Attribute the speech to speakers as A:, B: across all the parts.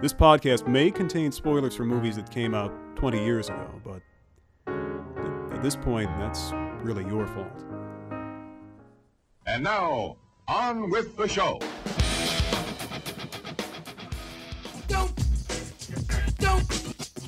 A: this podcast may contain spoilers for movies that came out 20 years ago, but at- at this point, that's really your fault.
B: And now, on with the show.
C: Don't. Don't.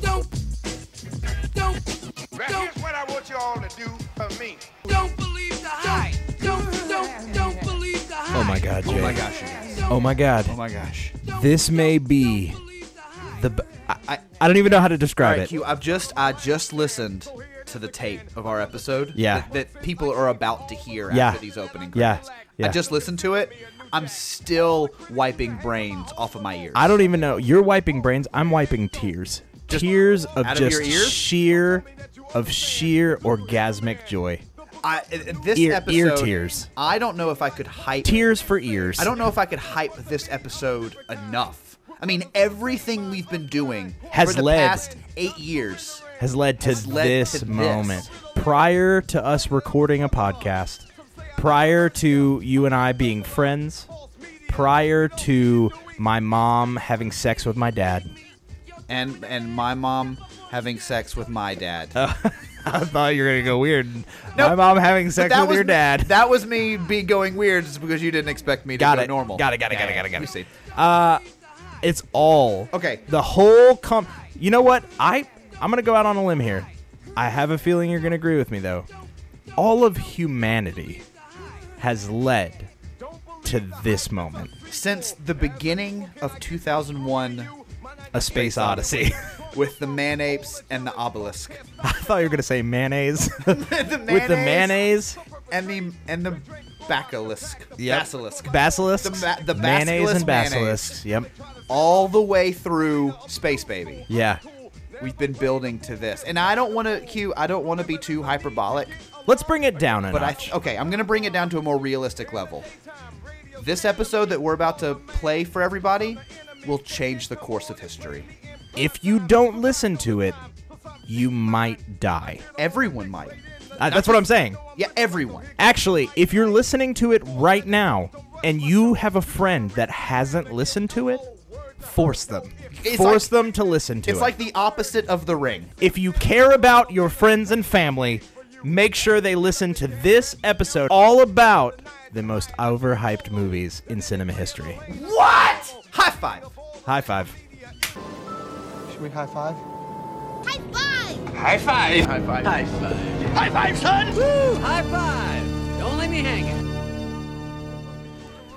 C: Don't. Don't.
D: Now,
C: Don't.
D: here's what I want you all to do for me.
C: Don't believe the hype. Don't. Don't. Don't believe the hype.
E: Oh my god, Jay. Oh my gosh. Oh my god. Oh my gosh.
C: Don't-
E: This may
C: don't-
E: be
C: don't believe the hype.
E: the. b- I, I, I don't even know how to describe
F: All right,
E: it.
F: Q, I've just I just listened to the tape of our episode.
E: Yeah.
F: That, that people are about to hear
E: Yeah.
F: after these opening
E: Yeah.
F: credits.
E: Yeah.
F: I just listened to it. I'm still wiping brains off of my ears.
E: I don't even know. You're wiping brains. I'm wiping tears.
F: Just
E: tears of
F: out of
E: just
F: your ears?
E: sheer, of sheer orgasmic joy.
F: I, in- in this
E: Ear-
F: episode,
E: ear tears.
F: I don't know if I could hype.
E: Tears for ears.
F: I don't know if I could hype this episode enough. I mean, everything we've been doing
E: Has
F: for the
E: led-
F: past eight years.
E: Has led to
F: has led
E: this
F: to this.
E: moment. Prior to us recording a podcast, prior to you and I being friends, prior to my mom having sex with my dad.
F: And and my mom having sex with my dad.
E: I thought you were gonna go weird. My
F: Nope.
E: mom having
F: But
E: sex with
F: was
E: your
F: me-
E: dad.
F: That was me be going weird just because you didn't expect me to
E: Got
F: go
E: it.
F: normal.
E: Got it, got it, got it,
F: Yeah,
E: got it, got
F: we
E: it.
F: see.
E: it's all
F: Okay.
E: The whole com. You know what? I I'm gonna go out on a limb here. I have a feeling you're gonna agree with me though. All of humanity has led to this moment.
F: Since the beginning of 2001
E: A space odyssey.
F: with the manapes and the obelisk.
E: I thought you were gonna say mayonnaise. With the mayonnaise,
F: and the and the bacilisk. Basilisk.
E: basilisks,
F: The ma- the
E: mayonnaise and
F: basilisk
E: basilisks. Yep.
F: All the way through Space Baby.
E: Yeah.
F: We've been building to this. And I don't want to Q, I don't want to be too hyperbolic,
E: Let's bring it down a
F: but I
E: notch.
F: okay, I'm going to bring it down to a more realistic level. This episode that we're about to play for everybody will change the course of history.
E: if you don't listen to it, you might die.
F: Everyone might.
E: Uh, that's what I'm saying.
F: Yeah, everyone.
E: Actually, if you're listening to it right now and you have a friend that hasn't listened to it, force them.
F: It's
E: force
F: like-
E: them to listen to
F: It's
E: it.
F: like the opposite of the ring.
E: if you care about your friends and family, make sure they listen to this episode all about the most overhyped movies in cinema history.
F: What? High five.
E: High five.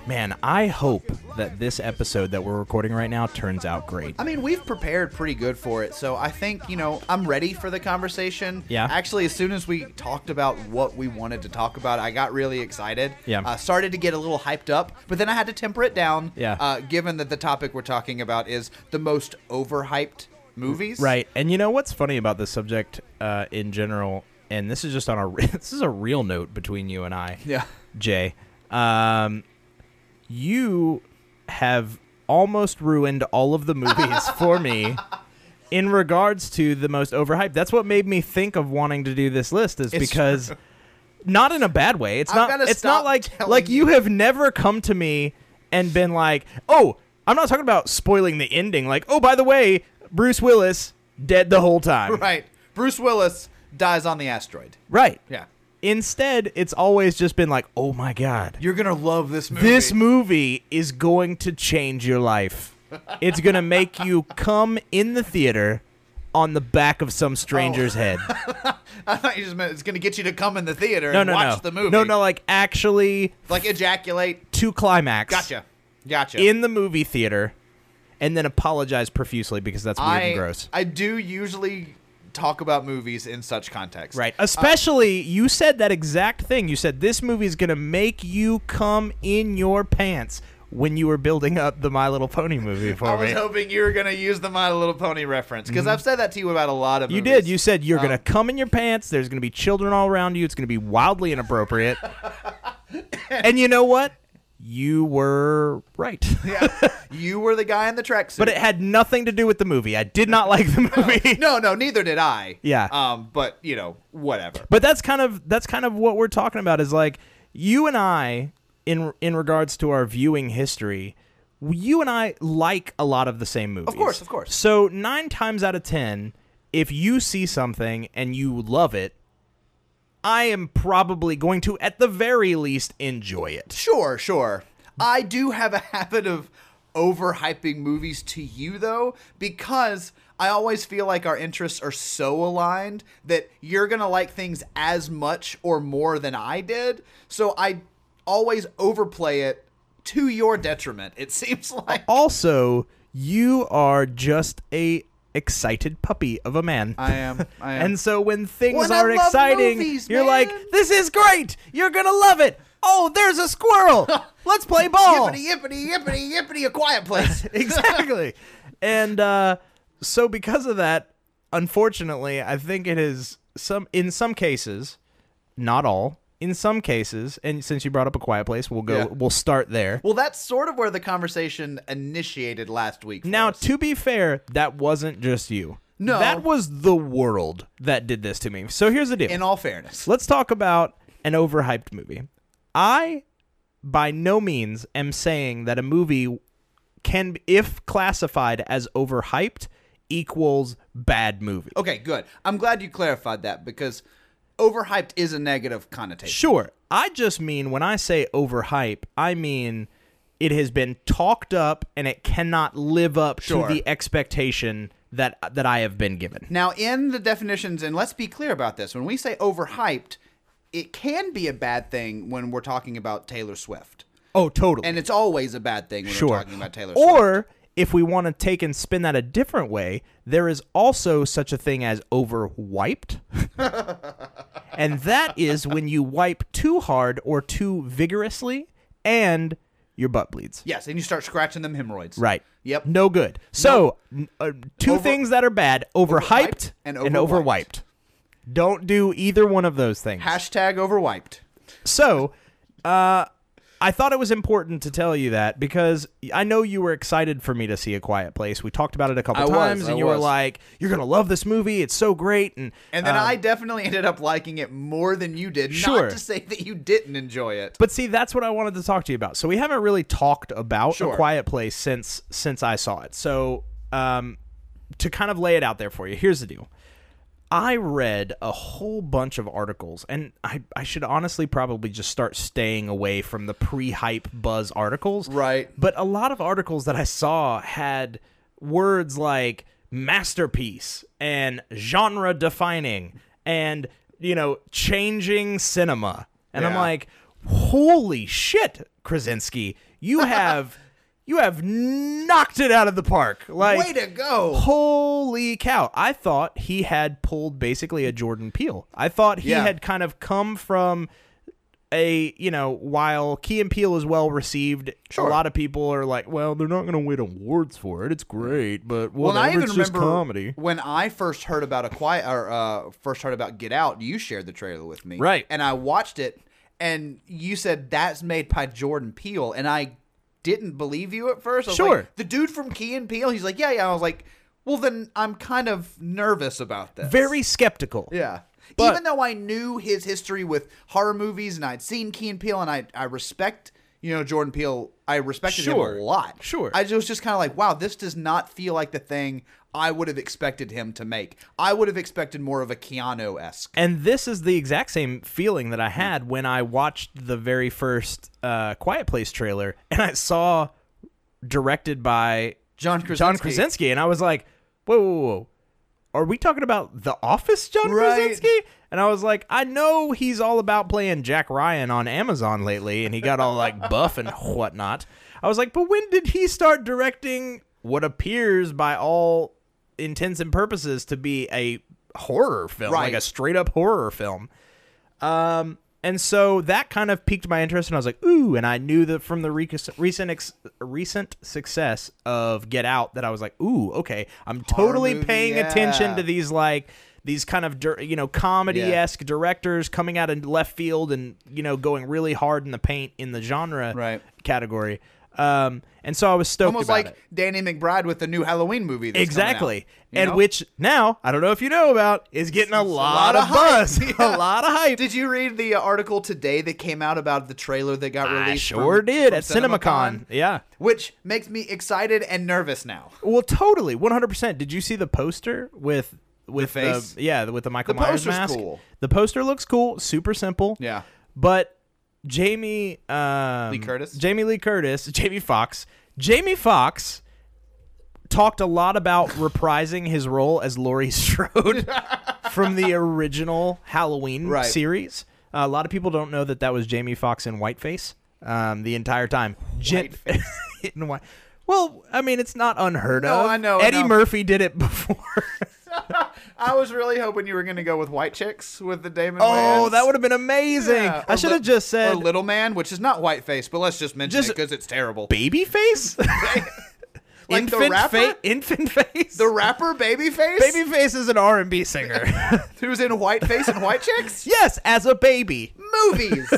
E: Man, I hope that this episode that we're recording right now turns out great.
F: I mean, we've prepared pretty good for it, so I think, you know, I'm ready for the conversation.
E: Yeah.
F: Actually, as soon as we talked about what we wanted to talk about, I got really excited.
E: Yeah.
F: Uh, started to get a little hyped up, but then I had to temper it down.
E: Yeah.
F: Uh, given that the topic we're talking about is the most overhyped movies.
E: Right, and you know what's funny about this subject uh, in general, and this is just on a re- this is a real note between you and I.
F: Yeah.
E: Jay, um, you have almost ruined all of the movies for me. In regards to the most overhyped, that's what made me think of wanting to do this list is
F: It's
E: because, not in a bad way. It's
F: I've
E: not.
F: gotta
E: It's not
F: stop
E: like
F: telling
E: like you
F: you.
E: have never come to me and been like, oh, I'm not talking about spoiling the ending. Like, oh, by the way, Bruce Willis dead the whole time.
F: Right. Bruce Willis dies on the asteroid.
E: Right.
F: Yeah.
E: Instead, it's always just been like, oh my god,
F: You're gonna love this movie.
E: this movie is going to change your life. It's going to make you come in the theater on the back of some
F: Oh.
E: stranger's head.
F: I thought you just meant it's gonna get you to come in the theater
E: No,
F: and
E: no,
F: watch
E: no.
F: the movie.
E: No, no, like actually
F: Like ejaculate.
E: to climax.
F: Gotcha. Gotcha.
E: In the movie theater and then apologize profusely because that's weird
F: I
E: and gross.
F: I do usually talk about movies in such context.
E: Right. Especially, you said that exact thing. You said this movie is going to make you come in your pants. when you were building up the My Little Pony movie for
F: I was
E: me.
F: hoping you were going to use the My Little Pony reference because I've said that to you about a lot of
E: Mm-hmm. you
F: movies.
E: did. You said you're
F: Um,
E: gonna come in your pants. There's gonna be children all around you. It's gonna be wildly inappropriate. and you know what? You were right.
F: yeah, you were the guy in the tracksuit.
E: but it had nothing to do with the movie. I did not like the movie.
F: no, no, neither did I.
E: Yeah.
F: Um, but you know, whatever.
E: But that's kind of that's kind of what we're talking about is like you and I in in regards to our viewing history, you and I like a lot of the same movies. Of
F: course, of course.
E: So 9 times out of 10, if you see something and you love it, I am probably going to at the very least enjoy it.
F: Sure, sure. I do have a habit of overhyping movies to you though, because I always feel like our interests are so aligned that you're gonna like things as much or more than I did. So I always overplay it to your detriment. It seems like
E: Also, you are just a excited puppy of a man.
F: I am. I am.
E: And so when things
F: When I
E: are
F: love
E: exciting,
F: movies,
E: you're
F: man.
E: like, "This is great! You're gonna love it!" Oh, there's a squirrel! Let's play ball.
F: yippity yippity yippity yippity, a quiet place.
E: exactly. And uh, so because of that, unfortunately, I think it is some in some cases, not all. In some cases, and since you brought up a quiet place, we'll go.
F: Yeah.
E: We'll start there.
F: Well, that's sort of where the conversation initiated last week. for
E: Now,
F: us.
E: to be fair, that wasn't just you.
F: No.
E: that was the world that did this to me. So here's the deal.
F: in all fairness,
E: Let's talk about an overhyped movie. I, by no means, am saying that a movie can, if classified as overhyped, equals bad Oh, movie.
F: okay, good. I'm glad you clarified that because overhyped is a negative connotation.
E: Sure. I just mean when I say overhype, I mean it has been talked up and it cannot live up
F: Sure.
E: to the expectation that that I have been given.
F: Now, in the definitions, and let's be clear about this: when we say overhyped, it can be a bad thing when we're talking about Taylor Swift,
E: Oh, totally.
F: and it's always a bad thing when we're
E: Sure.
F: talking about Taylor Swift.
E: Or if we want to take and spin that a different way, there is also such a thing as overwiped. and that is when you wipe too hard or too vigorously and your butt bleeds.
F: yes, and you start scratching them hemorrhoids.
E: Right.
F: Yep.
E: No good. So, n- uh, two
F: Over-
E: things that are bad overhyped,
F: Overhyped and
E: and
F: overwiped.
E: overwiped. Don't do either one of those things.
F: Hashtag overwiped.
E: So, uh, I thought it was important to tell you that because I know you were excited for me to see A Quiet Place. We talked about it a couple
F: I was,
E: times,
F: I
E: and you were
F: was.
E: like, "You're gonna love this movie. It's so great." And
F: And then
E: uh,
F: I definitely ended up liking it more than you did.
E: Sure.
F: Not to say that you didn't enjoy it.
E: but see, that's what I wanted to talk to you about. So we haven't really talked about
F: Sure.
E: A Quiet Place since since I saw it. So, um, to kind of lay it out there for you, here's the deal. I read a whole bunch of articles, and I, I should honestly probably just start staying away from the pre hype buzz articles.
F: Right.
E: But a lot of articles that I saw had words like masterpiece and genre defining and, you know, changing cinema. And I'm
F: Yeah.
E: like, holy shit, Krasinski, you have. You have knocked it out of the park. Like
F: Way to go.
E: Holy cow. I thought he had pulled basically a Jordan Peele. I thought he
F: Yeah.
E: had kind of come from a, you know, while Key and Peele is well received, a lot of people are like, well, they're not going to win awards for it. It's great, but whatever,
F: Well, and I even
E: it's just
F: remember
E: comedy.
F: when I first heard about a quiet or uh, first heard about Get Out. You shared the trailer with me,
E: Right.
F: And I watched it, and you said that's made by Jordan Peele, and I didn't believe you at first. I was like,
E: Sure.
F: the dude from Key and Peele. He's like, yeah, yeah. I was like, well, then I'm kind of nervous about this.
E: Very skeptical.
F: Yeah.
E: But-
F: Even though I knew his history with horror movies and I'd seen Key and Peele and I, I respect, you know, Jordan Peele, I respected
E: Sure.
F: him a lot.
E: Sure.
F: I just was just kind of like, wow, this does not feel like the thing I would have expected him to make. I would have expected more of a Keanu esque.
E: And this is the exact same feeling that I had when I watched the very first uh, Quiet Place trailer and I saw directed by
F: John Krasinski.
E: John Krasinski, and I was like, whoa, whoa, whoa. Are we talking about The Office, John
F: Right.
E: Krasinski? And I was like, I know he's all about playing Jack Ryan on Amazon lately, and he got all like buff and whatnot. I was like, but when did he start directing what appears by all intents and purposes to be a horror film,
F: Right.
E: like a straight up horror film? Um, And so that kind of piqued my interest, and I was like, "Ooh!" And I knew that from the recus- recent ex- recent success of Get Out, that I was like, "Ooh, okay, I'm totally
F: movie,
E: paying attention
F: yeah.
E: to these like these kind of dir- you know comedy esque directors coming out in left field and you know going really hard in the paint in the genre
F: Right.
E: category." Um, and so I was stoked
F: Almost
E: about
F: like
E: it.
F: Danny McBride with the new Halloween movie. That's coming
E: Exactly.
F: out, you
E: and
F: know?
E: which now, I don't know if you know about, is getting a lot,
F: lot of
E: of buzz.
F: hype.
E: A lot of hype.
F: Did you read the uh, article today that came out about the trailer that got released?
E: I sure
F: from-
E: did
F: from
E: at CinemaCon. Yeah.
F: Which makes me excited and nervous now.
E: Well, totally. 100%. Did you see the poster with with the,
F: face?
E: yeah, with the Michael
F: The
E: Myers
F: poster's
E: mask?
F: cool.
E: The poster looks cool, super simple.
F: Yeah.
E: But Jamie um,
F: Lee Curtis?
E: Jamie Lee Curtis, Jamie Fox, Jamie Fox talked a lot about reprising his role as Laurie Strode from the original Halloween
F: Right.
E: series. Uh, a lot of people don't know that that was Jamie Fox in whiteface um, the entire time. Gen- in white. Well, I mean, it's not unheard of.
F: No, I know, I
E: Eddie
F: know.
E: Murphy did it before.
F: I was really hoping you were going to go with White Chicks with the Damon.
E: oh, that would have been amazing. I should have just said
F: or Little Man, which is not Whiteface, but let's just mention it
E: Just-
F: 'cause it because it's terrible.
E: baby face.
F: Like the
E: infant
F: rapper?
E: fa- infant face.
F: the rapper Babyface,
E: Babyface is an R and B singer.
F: who's in Whiteface and White Chicks
E: yes, as a baby.
F: movies.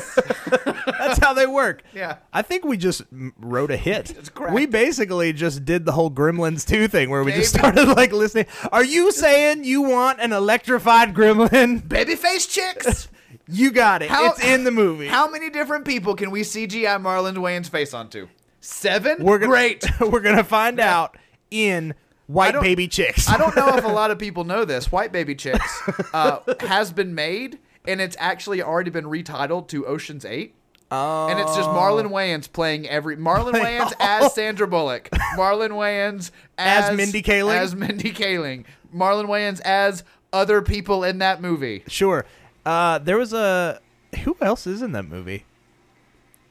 E: That's how they work.
F: Yeah.
E: I think we just m- wrote a hit.
F: It's correct.
E: We basically just did the whole Gremlins 2 thing where we just
F: Baby.
E: started like listening. Are you saying you want an electrified gremlin?
F: Babyface Chicks.
E: You got it.
F: How-
E: it's in the movie.
F: How many different people can we CGI Marlon Wayne's face onto? Seven.
E: we're gonna,
F: great.
E: we're going to find out in
F: I
E: White
F: don't-
E: Baby Chicks.
F: I don't know if a lot of people know this. White Baby Chicks uh, has been made, and it's actually already been retitled to Ocean's Eight. Oh. And it's just Marlon Wayans playing every Marlon Wayans as Sandra Bullock, Marlon Wayans as,
E: As Mindy Kaling?
F: as Mindy Kaling, Marlon Wayans as other people in that movie.
E: Sure. Uh, there was a. Who else is in that movie?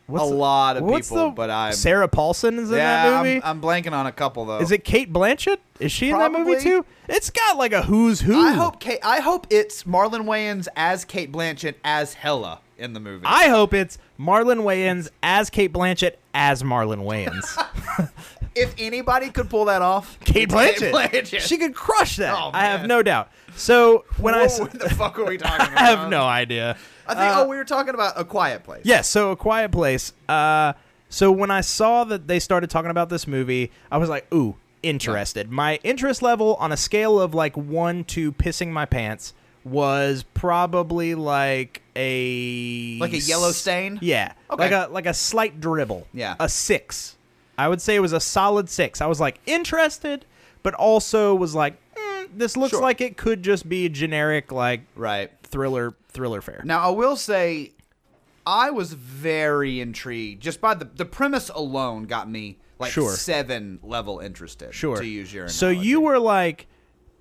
E: What's
F: a lot of
E: what's
F: people,
E: the-
F: but I'm
E: Sarah Paulson is in
F: yeah,
E: that movie.
F: I'm, I'm blanking on a couple though.
E: Is it Kate Blanchett? Is she in that movie
F: Probably.
E: too? It's got like a who's who.
F: I hope Kate, I hope it's Marlon Wayans as Kate Blanchett as Hella in the movie.
E: I hope it's Marlon Wayans as Kate Blanchett as Marlon Wayans.
F: if anybody could pull that off,
E: Kate
F: it's
E: Blanchett.
F: Blanchett.
E: She could crush that.
F: Oh,
E: I have
F: man.
E: no doubt. So when I s-
F: Whoa, what the fuck are we talking about?
E: I have no idea.
F: I think.
E: Uh,
F: oh, we were talking about a quiet place.
E: Yes, so A Quiet Place. Uh, so when I saw that they started talking about this movie, I was like, ooh, interested. My interest level on a scale of like one to pissing my pants was probably like a
F: Like a yellow stain?
E: Yeah,
F: Okay.
E: like a like a slight dribble.
F: Yeah.
E: a six. I would say it was a solid six. I was like interested, but also was like, mm, this looks
F: Sure.
E: like it could just be generic like
F: Right.
E: thriller thriller fare.
F: Now I will say, I was very intrigued just by the the premise alone got me like
E: Sure.
F: seven level interested.
E: Sure.
F: To use your.
E: So
F: analogy.
E: you were like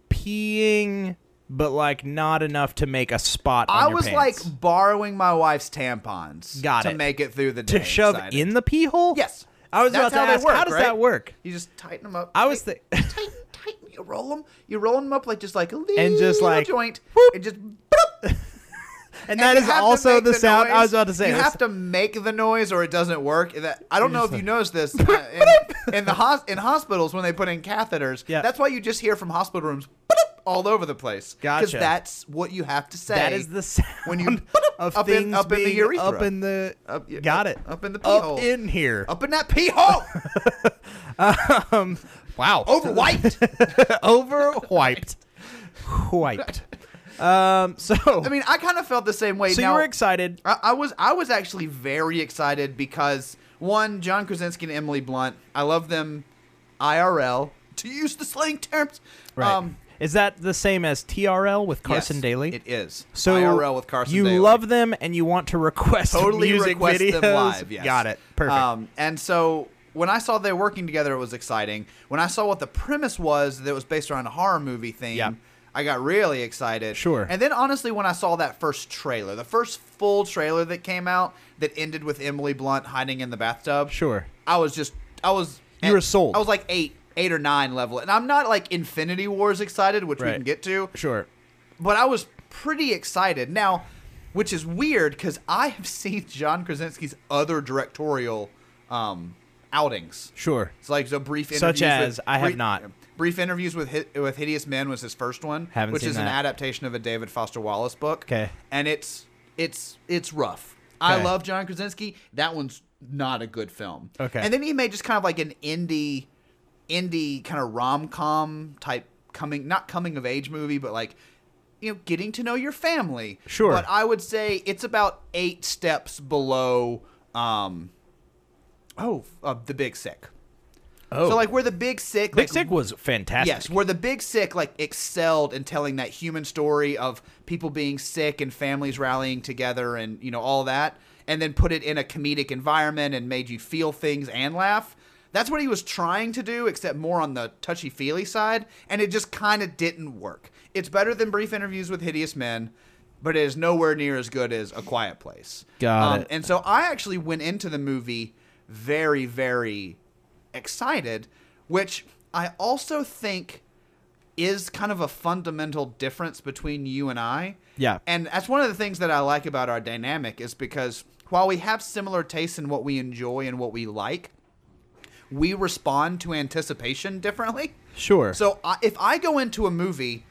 E: peeing, but like not enough to make a spot. on
F: I
E: your
F: was
E: pants.
F: like borrowing my wife's tampons.
E: Got
F: to
E: it.
F: make it through the day.
E: to shove
F: excited.
E: in the pee hole.
F: Yes.
E: I was
F: That's
E: about
F: how
E: to
F: they
E: ask,
F: work,
E: how does
F: right?
E: that work?
F: You just tighten them up.
E: I was
F: tight-
E: thi-
F: tighten, tighten. You roll them. You roll them up like just like a little
E: just like,
F: joint,
E: whoop.
F: and just. boop.
E: And that
F: you
E: is
F: have to
E: also
F: make
E: the, sound I
F: noise.
E: was about to say.
F: You
E: It's-
F: have to make the noise or it doesn't work. That- I don't know if you noticed this uh, in, in the hos- in hospitals when they put in catheters.
E: Yeah.
F: That's why you just hear from hospital rooms "Boop," all over the place. Because
E: Gotcha.
F: that's what you have to say.
E: that is the sound
F: when you
E: of
F: up
E: things
F: in, up in the
E: being
F: urethra.
E: up in the
F: Up- yeah,
E: got it
F: up- up in the pee
E: up
F: hole.
E: in here.
F: Up in that pee hole
E: wow,
F: over white.
E: over wiped, wiped. Um, so
F: I mean, I kind of felt the same way.
E: so
F: now,
E: you were excited.
F: I, I was I was actually very excited because one, John Krasinski and Emily Blunt. I love them, IRL to use the slang terms. um,
E: Right. is that the same as TRL with Carson
F: yes,
E: Daily?
F: It is.
E: So
F: IRL with Carson
E: You
F: Daly.
E: love them and you want to request
F: totally
E: music
F: request
E: videos.
F: them live. Yes.
E: Got it. Perfect.
F: Um, and so when I saw they were working together, it was exciting. When I saw what the premise was that it was based around a horror movie theme.
E: Yeah.
F: I got really excited.
E: Sure.
F: And then honestly, when I saw that first trailer, the first full trailer that came out that ended with Emily Blunt hiding in the bathtub.
E: Sure.
F: I was just I was
E: You were sold.
F: I was like eight, eight or nine level. And I'm not like Infinity Wars excited, which we
E: Right.
F: can get to
E: sure.
F: but I was pretty excited. Now, which is weird because I have seen John Krasinski's other directorial um, outings.
E: Sure.
F: It's like so brief interviews.
E: Such as,
F: with,
E: I have
F: brief-
E: not.
F: Brief interviews with Hi- with Hideous Men was his first one,
E: Haven't
F: which
E: seen
F: is an
E: that.
F: adaptation of a David Foster Wallace book.
E: 'Kay.
F: and it's it's it's rough. I
E: Okay.
F: love John Krasinski. That one's not a good film.
E: Okay.
F: and then he made just kind of like an indie, indie kind of rom com type coming not coming of age movie, but like you know getting to know your family.
E: Sure.
F: but I would say it's about eight steps below. Um, oh, uh, the Big Sick.
E: Oh,
F: So like where the big sick,
E: Big
F: like,
E: Sick was fantastic.
F: yes, where the big sick like excelled in telling that human story of people being sick and families rallying together and you know all that, and then put it in a comedic environment and made you feel things and laugh. That's what he was trying to do, except more on the touchy feely side, and it just kind of didn't work. It's better than brief interviews with hideous men, but it is nowhere near as good as A Quiet Place.
E: Got it.
F: Um, And so I actually went into the movie very, very excited, which I also think is kind of a fundamental difference between you and I.
E: Yeah.
F: And that's one of the things that I like about our dynamic is because while we have similar tastes in what we enjoy and what we like, we respond to anticipation differently.
E: Sure.
F: So I, if I go into a movie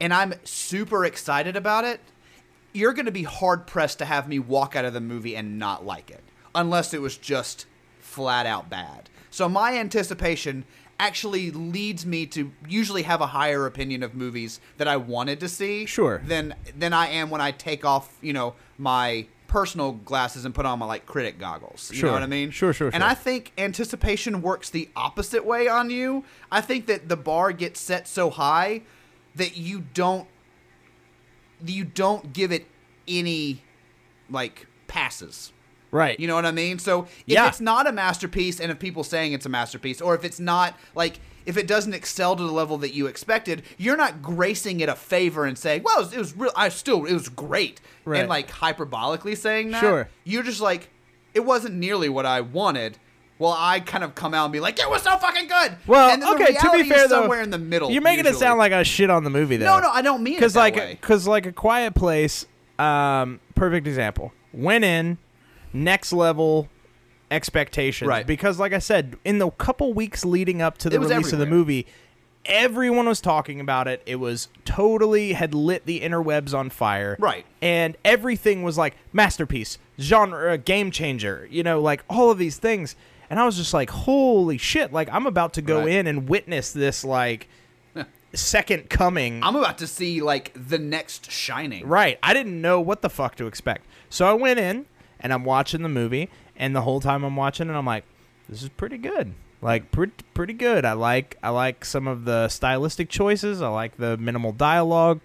F: and I'm super excited about it, you're going to be hard pressed to have me walk out of the movie and not like it, unless it was just flat out bad. So my anticipation actually leads me to usually have a higher opinion of movies that I wanted to see
E: Sure.
F: than than I am when I take off, you know, my personal glasses and put on my like critic goggles. You
E: Sure.
F: know what I mean?
E: Sure, sure,
F: And
E: sure.
F: I think anticipation works the opposite way on you. I think that the bar gets set so high that you don't you don't give it any like passes.
E: right.
F: You know what I mean? So if
E: Yeah.
F: it's not a masterpiece and if people saying it's a masterpiece or if it's not like if it doesn't excel to the level that you expected, you're not gracing it a favor and saying, "Well, it was, it was real I still it was great."
E: Right.
F: And like hyperbolically saying that.
E: Sure.
F: You're just like it wasn't nearly what I wanted. Well, I kind of come out and be like, "It was so fucking good."
E: Well,
F: and then
E: okay.
F: the
E: To be
F: reality
E: fair,
F: is
E: though,
F: somewhere in the middle.
E: You're making it
F: usually.
E: sound like I shit on the movie, though.
F: No, no, I don't mean it
E: Because
F: that
E: like,
F: way.
E: because like a Quiet Place, um, perfect example. Went in, next level expectations.
F: Right.
E: Because like I said, in the couple weeks leading up to the
F: It was
E: release of the
F: everywhere.
E: movie, everyone was talking about it. It was totally had lit the interwebs on fire.
F: Right.
E: And everything was like masterpiece, genre, uh, game changer. You know, like all of these things. And I was just like, holy shit! Like I'm about to go
F: Right.
E: in and witness this like second coming.
F: I'm about to see like the next Shining.
E: Right. I didn't know what the fuck to expect. So I went in and I'm watching the movie, and the whole time I'm watching it, I'm like, this is pretty good. Like pretty pretty good. I like I like some of the stylistic choices. I like the minimal dialogue.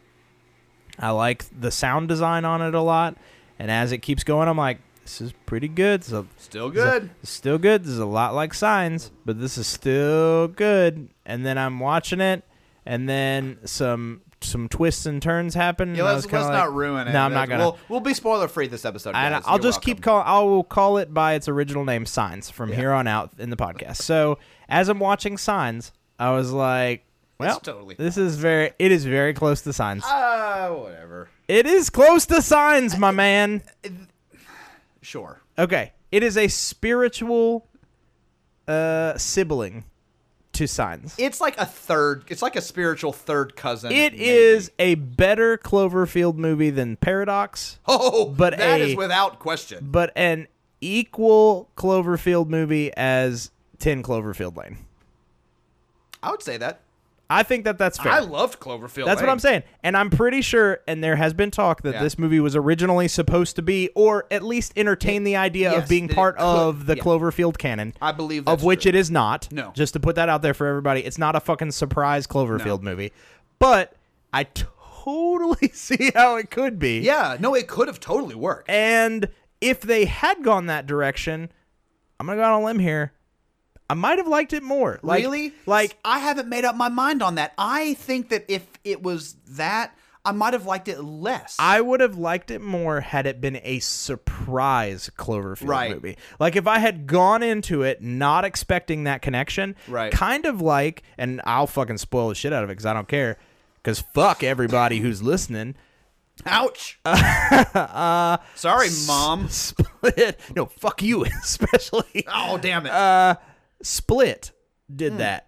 E: I like the sound design on it a lot. And as it keeps going, I'm like, this is pretty good. It's a-
F: Still
E: this is a-
F: good.
E: it's still good. This is a lot like Signs, but this is still good. And then I'm watching it, and then some some twists and turns happen.
F: Yeah,
E: and I
F: let's,
E: was
F: let's
E: kinda like,
F: not ruin it.
E: No, I'm not gonna.
F: We'll, we'll be spoiler free this episode.
E: and
F: guys.
E: I'll
F: You're
E: just keep
F: welcome.
E: call. I will call it by its original name, Signs, from here on out in the podcast. So as I'm watching Signs, I was like, "Well,
F: totally
E: this is very. It is very close to Signs.
F: Uh, whatever.
E: it is close to Signs, my man."
F: Sure.
E: Okay. It is a spiritual uh sibling to signs.
F: It's like a third. It's like a spiritual third cousin.
E: It
F: maybe.
E: is a better Cloverfield movie than Paradox,
F: Oh,
E: but
F: but that
E: a-
F: is without question.
E: but an equal Cloverfield movie as 10 Cloverfield Lane.
F: I would say that.
E: I think that that's fair.
F: I loved Cloverfield.
E: that's what
F: Lane.
E: I'm saying. And I'm pretty sure and there has been talk that
F: Yeah.
E: this movie was originally supposed to be or at least entertain the idea of
F: yes,
E: being
F: that it
E: part
F: could-
E: of the
F: yeah.
E: Cloverfield canon.
F: I believe that's
E: of which
F: true.
E: it is not.
F: No.
E: Just to put that out there for everybody, it's not a fucking surprise Cloverfield movie. But I totally see how it could be.
F: Yeah. No, it could have totally worked.
E: And if they had gone that direction, I'm gonna go on a limb here. I might have liked it more. Like,
F: really?
E: Like
F: I haven't made up my mind on that. I think that if it was that, I might have liked it less.
E: I would have liked it more had it been a surprise Cloverfield
F: Right.
E: movie. Like if I had gone into it not expecting that connection,
F: Right.
E: kind of like, and I'll fucking spoil the shit out of it because I don't care, because fuck everybody who's listening.
F: Ouch.
E: Uh,
F: Sorry, mom.
E: Split. No, fuck you, especially.
F: Oh, damn it.
E: Split did that.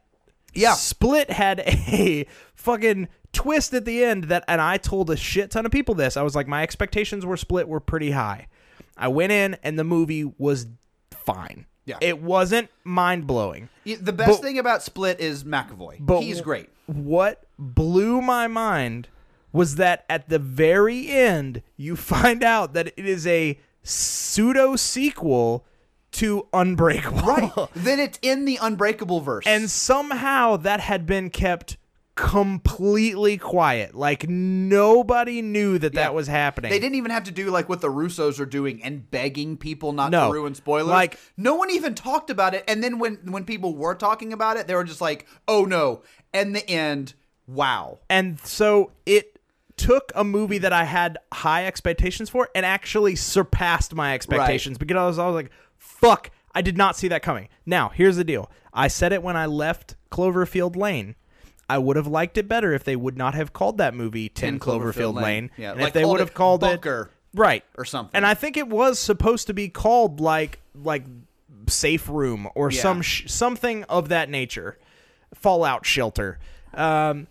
F: Hmm. Yeah.
E: Split had a fucking twist at the end that, and I told a shit ton of people this. I was like, my expectations were Split were pretty high. I went in, and the movie was fine.
F: Yeah.
E: It wasn't mind blowing.
F: Y- the best
E: but-
F: thing about Split is McAvoy.
E: But
F: He's
E: wh-
F: great.
E: What blew my mind was that at the very end, you find out that it is a pseudo sequel to Unbreakable.
F: Right. then it's in the Unbreakable verse.
E: And somehow that had been kept completely quiet. Like nobody knew that
F: Yeah.
E: that was happening.
F: They didn't even have to do like what the Russos are doing and begging people not
E: No.
F: to ruin spoilers.
E: Like-
F: no one even talked about it. And then when when people were talking about it, they were just like, "Oh no!" And the end. Wow.
E: And so it took a movie that I had high expectations for and actually surpassed my expectations because I was, I was like, fuck, I did not see that coming. Now, here's the deal I said it when I left Cloverfield Lane. I would have liked it better if they would not have called that movie 10 Cloverfield, Lane.
F: Yeah,
E: and
F: like
E: if they
F: called
E: would
F: it
E: have called
F: Bunker
E: it right
F: or something.
E: And I think it was supposed to be called like like safe room or
F: Yeah.
E: some sh- something of that nature. Fallout shelter. Um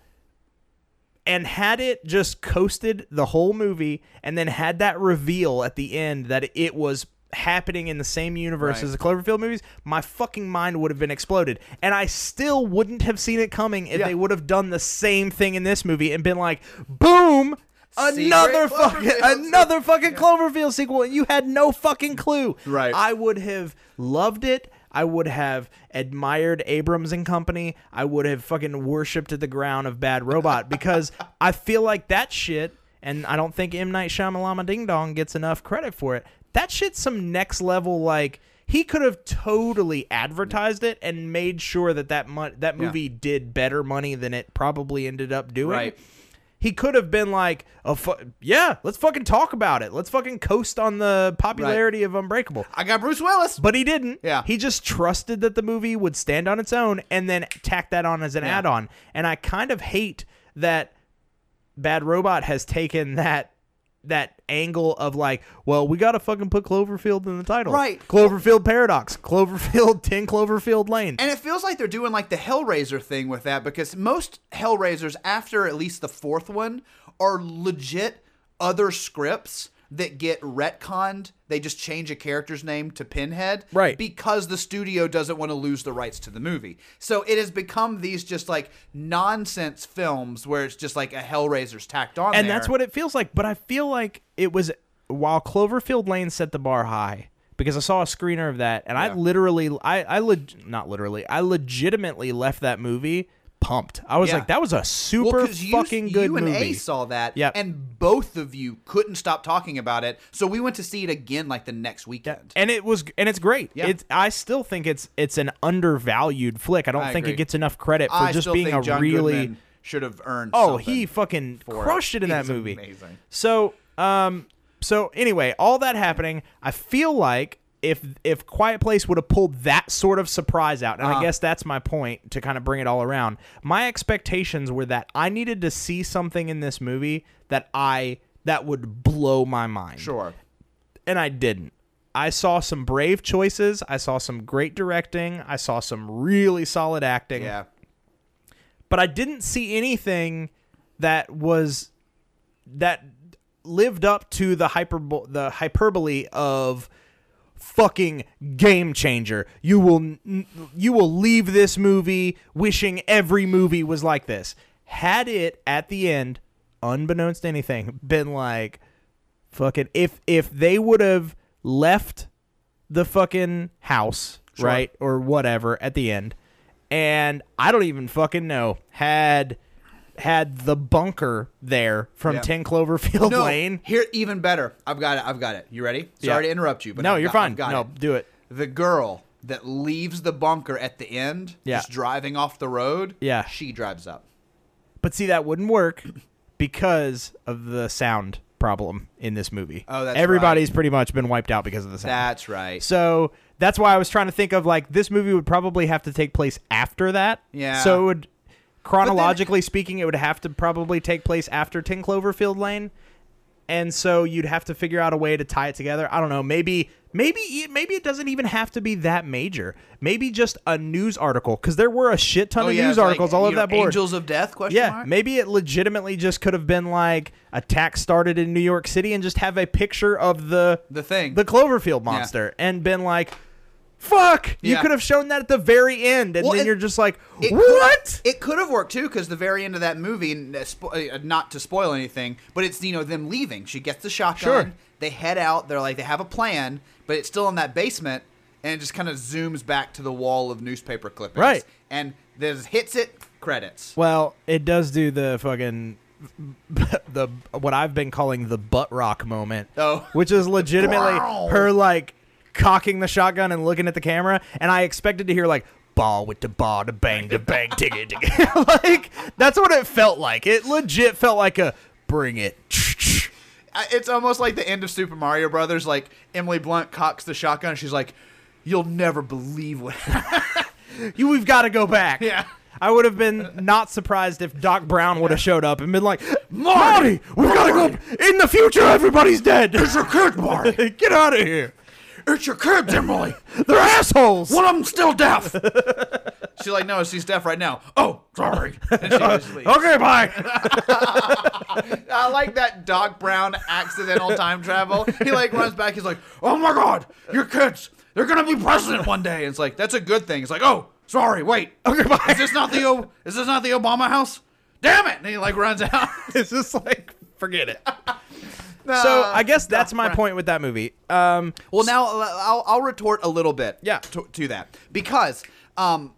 E: and had it just coasted the whole movie and then had that reveal at the end that it was happening in the same universe
F: Right.
E: as the Cloverfield movies, my fucking mind would have been exploded. And I still wouldn't have seen it coming if
F: Yeah.
E: they would have done the same thing in this movie and been like, boom,
F: Secret
E: another fucking
F: Cloverfield
E: another fucking Cloverfield sequel and you had no fucking clue.
F: Right.
E: I would have loved it. I would have admired Abrams and Company. I would have fucking worshipped at the ground of Bad Robot because I feel like that shit and I don't think M Night Shyamalama Ding Dong gets enough credit for it. That shit's some next level like he could have totally advertised it and made sure that that mo- that movie did better money than it probably ended up doing
F: Right.
E: he could have been like, oh, fu- yeah, let's fucking talk about it. Let's fucking coast on the popularity of Unbreakable.
F: I got Bruce Willis.
E: But he didn't.
F: Yeah.
E: He just trusted that the movie would stand on its own and then tack that on as an
F: Yeah.
E: add on. And I kind of hate that Bad Robot has taken that that angle of like, well, we gotta fucking put Cloverfield in the title.
F: Right.
E: Cloverfield Paradox. Cloverfield ten Cloverfield Lane.
F: And it feels like they're doing like the Hellraiser thing with that because most Hellraisers after at least the fourth one are legit other scripts that get retconned. They just change a character's name to Pinhead.
E: Right.
F: Because the studio doesn't want to lose the rights to the movie. So it has become these just like nonsense films where it's just like a Hellraiser's tacked on
E: and
F: there.
E: that's what it feels like. But I feel like it was while Cloverfield Lane set the bar high because I saw a screener of that, and I literally, I, I leg- not literally, I legitimately left that movie pumped. I was
F: Yeah.
E: like, that was a
F: Well,
E: super
F: 'cause
E: fucking
F: you,
E: good
F: you and
E: movie.
F: A saw that,
E: Yep.
F: and both of you couldn't stop talking about it. So we went to see it again like the next weekend.
E: and it was and it's great.
F: Yeah.
E: It's I still think it's it's an undervalued flick. I don't
F: I
E: think
F: agree.
E: it gets enough credit for
F: I
E: just
F: still
E: being
F: think
E: a
F: John
E: really
F: Goodman should have earned.
E: Oh,
F: something.
E: he fucking
F: it.
E: crushed it in
F: He
E: that
F: was
E: movie.
F: amazing.
E: So, um, so anyway, all that happening, I feel like if if Quiet Place would have pulled that sort of surprise out,
F: Uh-huh.
E: and I guess that's my point to kind of bring it all around. My expectations were that I needed to see something in this movie that I that would blow my mind
F: sure.
E: and I didn't. I saw some brave choices. I saw some great directing. I saw some really solid acting
F: Yeah,
E: but I didn't see anything that was that lived up to the hyper the hyperbole of fucking game changer. You will n- you will leave this movie wishing every movie was like this. Had it at the end, unbeknownst to anything, been like fucking if if they would have left the fucking house, right? Or whatever at the end. And I don't even fucking know had had the bunker there from
F: Yeah.
E: 10 Cloverfield
F: no.
E: Lane.
F: Here, even better. I've got it. I've got it. You ready? Sorry
E: Yeah.
F: to interrupt you, but
E: No,
F: I've
E: you're
F: got-
E: fine.
F: I've got
E: no,
F: it.
E: do it.
F: the girl that leaves the bunker at the end,
E: Yeah.
F: just driving off the road.
E: Yeah.
F: she drives up.
E: But see, that wouldn't work because of the sound problem in this movie.
F: Oh, that's
E: Everybody's pretty much been wiped out because of the sound.
F: That's right.
E: So that's why I was trying to think of like this movie would probably have to take place after that.
F: Yeah.
E: So it would chronologically speaking, it would have to probably take place after Ten Cloverfield Lane. and so you'd have to figure out a way to tie it together. I don't know. Maybe maybe it- maybe it doesn't even have to be that major. Maybe just a news article because there were a shit ton
F: Oh,
E: of
F: yeah,
E: news
F: it's like,
E: articles all
F: you
E: over
F: know,
E: that board.
F: Angels of Death? Question
E: yeah,
F: mark?
E: maybe it legitimately just could have been like attack started in New York City and just have a picture of the
F: The thing.
E: the Cloverfield monster, and been like, "Fuck!" You
F: Yeah.
E: could have shown that at the very end, and
F: Well,
E: then
F: it-
E: you're just like,
F: It could-
E: "What?"
F: it could have worked too, because the very end of that movie, and, uh, spo- uh, not to spoil anything, but it's you know them leaving. She gets the shotgun.
E: Sure.
F: They head out. They're like they have a plan, but it's still in that basement, and it just kind of zooms back to the wall of newspaper clippings.
E: Right.
F: And there's hits it credits.
E: Well, it does do the fucking the what I've been calling the butt rock moment.
F: Oh.
E: which is legitimately her like cocking the shotgun and looking at the camera, and I expected to hear like ball with the ball to bang to bang ticket ticket. like that's what it felt like. It legit felt like a bring it.
F: I- It's almost like the end of Super Mario Brothers. Like Emily Blunt cocks the shotgun. And she's like, "You'll never believe what." happened."
E: You, we've got to go back.
F: Yeah.
E: I would have been not surprised if Doc Brown would have showed up and been like, Marty, we've got to go. In the future, everybody's dead. It's your kid, Marty. Get out of here.
F: it's your kids, Emily.
E: They're assholes.
F: of them's still deaf. she's like, "No, she's deaf right now." Oh, sorry. And she just leaves.
E: Okay, bye.
F: I like that Doc Brown accidental time travel. He like runs back. He's like, "Oh my God, your kids, they're gonna be president one day." And it's like that's a good thing. It's like, "Oh, sorry, wait,
E: Okay, bye.
F: is this not the O- is this not the Obama house? Damn it!" And he like runs out.
E: it's just like, forget it. so I guess that's my point with that movie. Um,
F: Well, now uh, I'll, I'll retort a little bit.
E: Yeah.
F: To, to that because, um,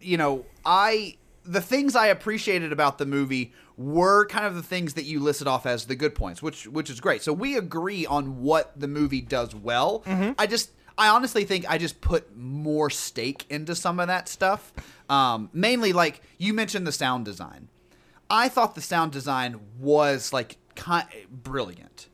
F: you know, I the things I appreciated about the movie were kind of the things that you listed off as the good points, which which is great. So we agree on what the movie does well. I just. I honestly think I just put more stake into some of that stuff. Um, mainly, like you mentioned, the sound design. I thought the sound design was like kind brilliant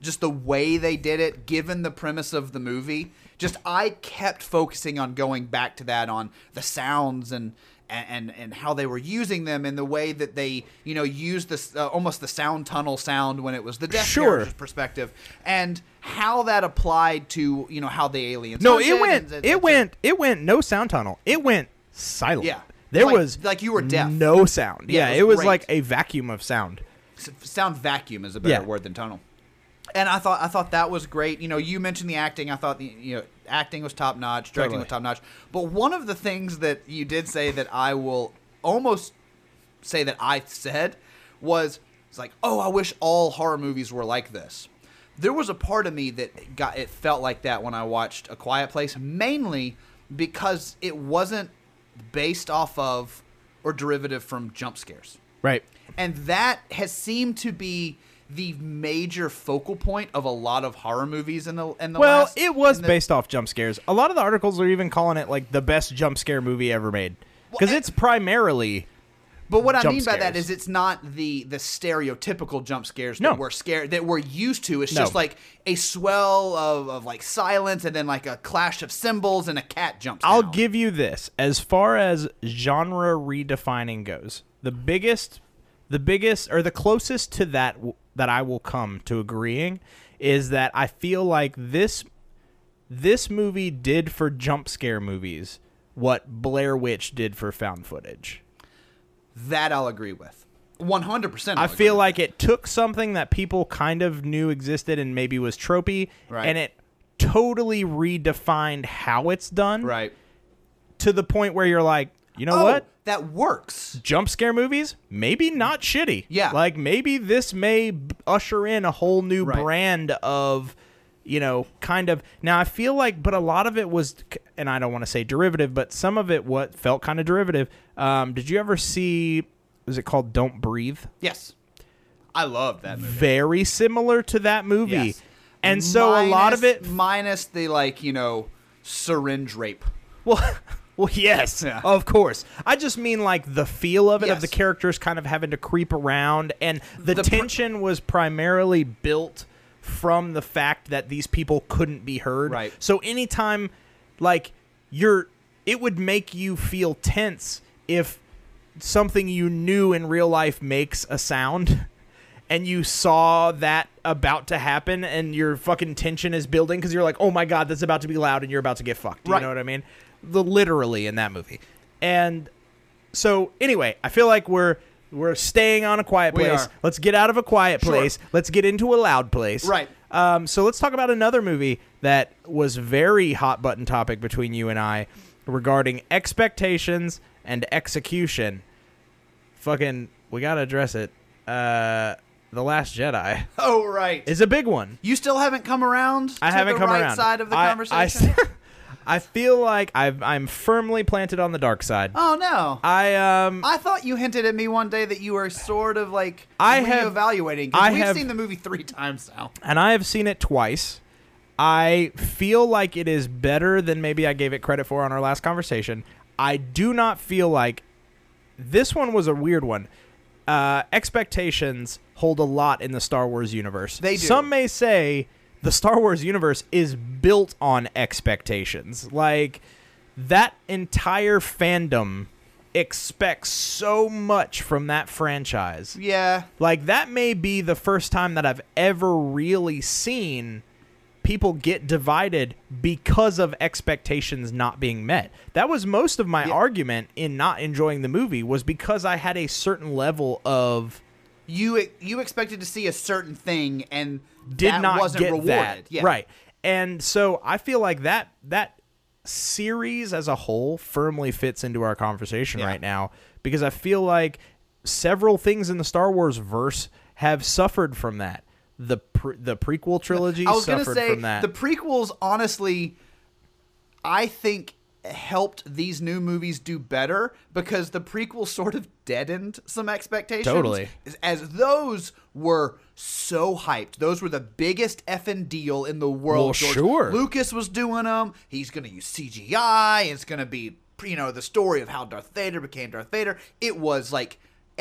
F: just the way they did it, given the premise of the movie. Just I kept focusing on going back to that on the sounds and and and how they were using them and the way that they you know used this uh, almost the sound tunnel sound when it was the Death
E: Sure.
F: Stare's perspective and how that applied to you know how the aliens
E: no,
F: hunted
E: it went,
F: and- and-
E: it went, it went no sound tunnel. It went silent.
F: Yeah.
E: There
F: Like-
E: was
F: like you were deaf.
E: No sound. Yeah,
F: Yeah,
E: it was,
F: it was great.
E: like a vacuum of sound.
F: s- sound vacuum is a better
E: Yeah.
F: word than tunnel. And I thought I thought that was great. You know, you mentioned the acting. I thought the you know acting was top notch,
E: Totally.
F: directing was top notch. But one of the things that you did say that I will almost say that I said was it's like, oh, I wish all horror movies were like this. There was a part of me that got it felt like that when I watched A Quiet Place, mainly because it wasn't based off of or derivative from jump scares.
E: Right.
F: And that has seemed to be the major focal point of a lot of horror movies in the in the
E: Well,
F: last-
E: it was
F: in the-
E: based off jump scares. A lot of the articles are even calling it like the best jump scare movie ever made because
F: Well,
E: it's primarily
F: But what I
E: jump
F: mean by that
E: scares.
F: is it's not the the stereotypical jump scares that
E: No.
F: we're scared that we're used to. It's
E: No.
F: just like a swell of, of like silence and then like a clash of cymbals and a cat jumps.
E: I'll
F: down.
E: give you this as far as genre redefining goes. The biggest, the biggest, or the closest to that w- that I will come to agreeing is that I feel like this this movie did for jump scare movies what Blair Witch did for found footage.
F: that I'll agree with. One hundred percent.
E: I feel like it took something that people kind of knew existed and maybe was tropey,
F: Right.
E: and it totally redefined how it's done
F: right.
E: to the point where you're like, you know
F: Oh,
E: what?
F: that works.
E: Jump scare movies, maybe not shitty.
F: Yeah.
E: Like maybe this may b- usher in a whole new
F: Right.
E: brand of, you know, kind of. Now I feel like, but a lot of it was, and I don't want to say derivative, but some of it what felt kind of derivative. Um, did you ever see? Was it called Don't Breathe?
F: Yes, I love that movie.
E: very similar to that movie.
F: Yes.
E: And so a lot of it
F: Minus- minus the like you know syringe rape.
E: well well yes,
F: Yeah.
E: of course. I just mean like the feel of it of
F: Yes.
E: the characters kind of having to creep around and the,
F: The pr-
E: tension was primarily built from the fact that these people couldn't be heard.
F: Right.
E: So anytime like you're it would make you feel tense if something you knew in real life makes a sound and you saw that about to happen and your fucking tension is building because you're like, oh my god, that's about to be loud and you're about to get fucked. You
F: Right.
E: know what I mean? The literally in that movie. And so anyway, I feel like we're we're staying on a quiet
F: We
E: place.
F: are.
E: Let's get out of a quiet
F: Sure.
E: place. Let's get into a loud place.
F: Right.
E: Um, so let's talk about another movie that was very hot button topic between you and I regarding expectations and execution. Fucking, we gotta address it. Uh, the Last Jedi
F: Oh, right.
E: is a big one.
F: you still haven't come around.
E: I
F: to
E: haven't
F: the
E: come
F: right
E: around.
F: side of the
E: I- I
F: conversation.
E: s- I feel like I've, I'm firmly planted on the dark side.
F: oh no. I-
E: I um
F: thought you hinted at me one day that you were sort of like
E: I have-
F: reevaluating. 'cause
E: I
F: we've
E: have-
F: seen the movie three times now.
E: and I have seen it twice. I feel like it is better than maybe I gave it credit for on our last conversation. I do not feel like this one was a weird one. Uh, expectations hold a lot in the Star Wars universe.
F: They do.
E: Some may say the Star Wars universe is built on expectations. Like that entire fandom expects so much from that franchise.
F: Yeah.
E: Like that may be the first time that I've ever really seen people get divided because of expectations not being met. That was most of my argument in not enjoying the movie was because I had a certain level of
F: You you expected to see a certain thing and
E: did
F: that
E: not
F: wasn't
E: get
F: rewarded.
E: that.
F: Yeah.
E: Right. And so I feel like that that series as a whole firmly fits into our conversation
F: Yeah.
E: right now because I feel like several things in the Star Wars verse have suffered from that. The pre- the prequel trilogy
F: I was gonna
E: suffered
F: say
E: from that.
F: the prequels honestly I think helped these new movies do better because the prequels sort of deadened some expectations.
E: Totally.
F: As- As those were so hyped. Those were the biggest effing deal in the world.
E: Well,
F: George
E: sure.
F: Lucas was doing them. He's going to use CGI. It's going to be, you know, the story of how Darth Vader became Darth Vader. It was like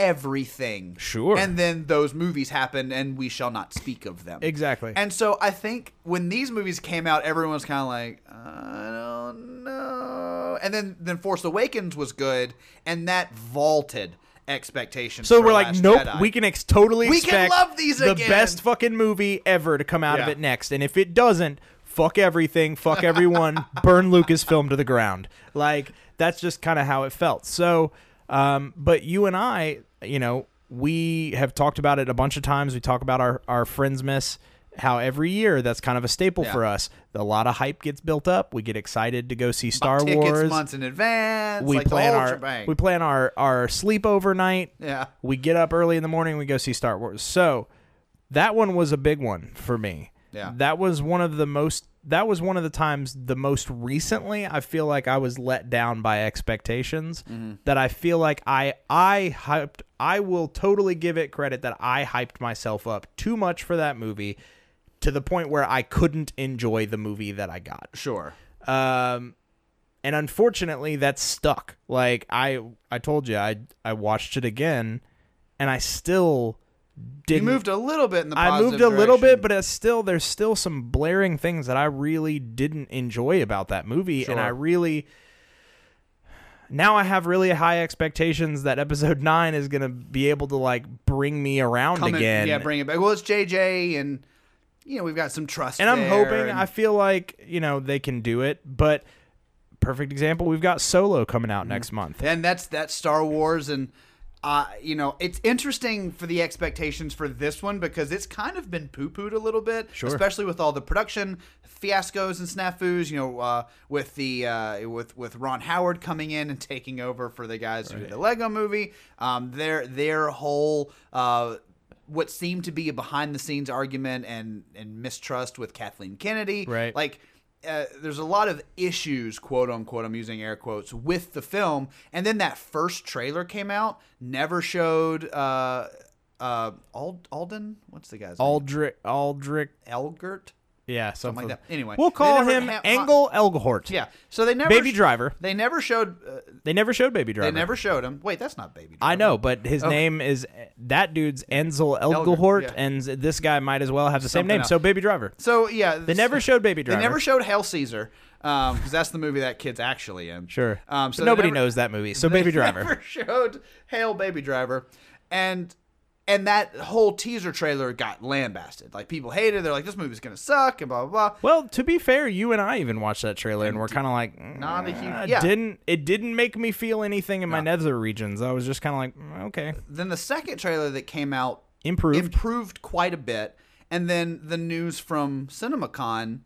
F: everything.
E: Sure.
F: And then those movies happened and we shall not speak of them.
E: Exactly.
F: And so I think when these movies came out, everyone was kind of like, I don't know. And then then Force Awakens was good, and that vaulted expectations.
E: so
F: for
E: we're like,
F: Last
E: nope,
F: Jedi.
E: we can ex- totally
F: We can
E: expect
F: love these
E: the
F: again."
E: best fucking movie ever to come out of
F: Yeah.
E: it next. And if it doesn't, fuck everything, fuck everyone, burn Lucasfilm to the ground. Like that's just kind of how it felt. So, um, but you and I, you know, we have talked about it a bunch of times. We talk about our our friends miss. How every year that's kind of a staple
F: Yeah.
E: for us. A lot of hype gets built up. We get excited to go see Star
F: tickets
E: Wars
F: months in advance.
E: we
F: like the
E: plan
F: whole
E: our
F: shebang.
E: we plan our our sleepover night.
F: Yeah.
E: We get up early in the morning. We go see Star Wars. So that one was a big one for me.
F: Yeah.
E: That was one of the most. That was one of the times the most recently I feel like I was let down by expectations.
F: Mm-hmm.
E: That I feel like I I hyped. I will totally give it credit that I hyped myself up too much for that movie, to the point where I couldn't enjoy the movie that I got
F: sure.
E: um and unfortunately that's stuck like i i told you i i watched it again and i still
F: You
E: didn't
F: moved a little bit in the.
E: i
F: positive
E: moved a little bit
F: direction.
E: but it's still there's still some blaring things that i really didn't enjoy about that movie and i
F: Sure.
E: really now i have really high expectations that episode 9 is going to be able to like bring me around
F: Come in-
E: again
F: yeah, bring it back. Well, it's JJ, and you know we've got some trust.
E: and I'm
F: there,
E: hoping
F: and-
E: I feel like you know they can do it. But perfect example, we've got Solo coming out
F: Mm-hmm.
E: next month.
F: and that's that's Star Wars and uh, you know it's interesting for the expectations for this one because it's kind of been poo pooed a little bit,
E: Sure.
F: especially with all the production fiascos and snafus. You know, uh, with the uh, with with Ron Howard coming in and taking over for the guys who did the Lego Movie, um, their their whole. Uh, what seemed to be a behind the scenes argument and, and mistrust with Kathleen Kennedy.
E: Right.
F: Like uh, there's a lot of issues, quote unquote. I'm using air quotes with the film, and then that first trailer came out, never showed uh, uh, Ald- Alden. What's the guy's
E: Aldrich, Aldrich,
F: name? Elgert.
E: yeah, something,
F: like that. Anyway,
E: we'll
F: they
E: call
F: never
E: him
F: ha-
E: Engel Elghort.
F: Yeah, so they never
E: Baby Driver.
F: They never showed. Uh,
E: they never showed Baby Driver.
F: they never showed him. Wait, that's not Baby Driver.
E: I know, but his name is that dude's Enzel
F: Elgort,
E: Elghort,
F: yeah.
E: and this guy might as well have the same
F: Something
E: name.
F: else.
E: So Baby Driver.
F: So yeah,
E: They never showed Baby Driver.
F: They never showed Hail Caesar because that's the movie that kid's actually in.
E: Sure.
F: Um, so
E: But
F: they
E: nobody
F: never-
E: knows that movie. So
F: They
E: Baby Driver.
F: never showed Hail Baby Driver, and And that whole teaser trailer got lambasted. Like people hated. it. They're like, "This movie's gonna suck," and blah blah blah.
E: Well, to be fair, you and I even watched that trailer, and we're kind of like, mm,
F: Not a huge.
E: it
F: yeah.
E: didn't it didn't make me feel anything in my nether regions. I was just kind of like, mm, okay,
F: Then the second trailer that came out
E: improved.
F: improved quite a bit. And then the news from CinemaCon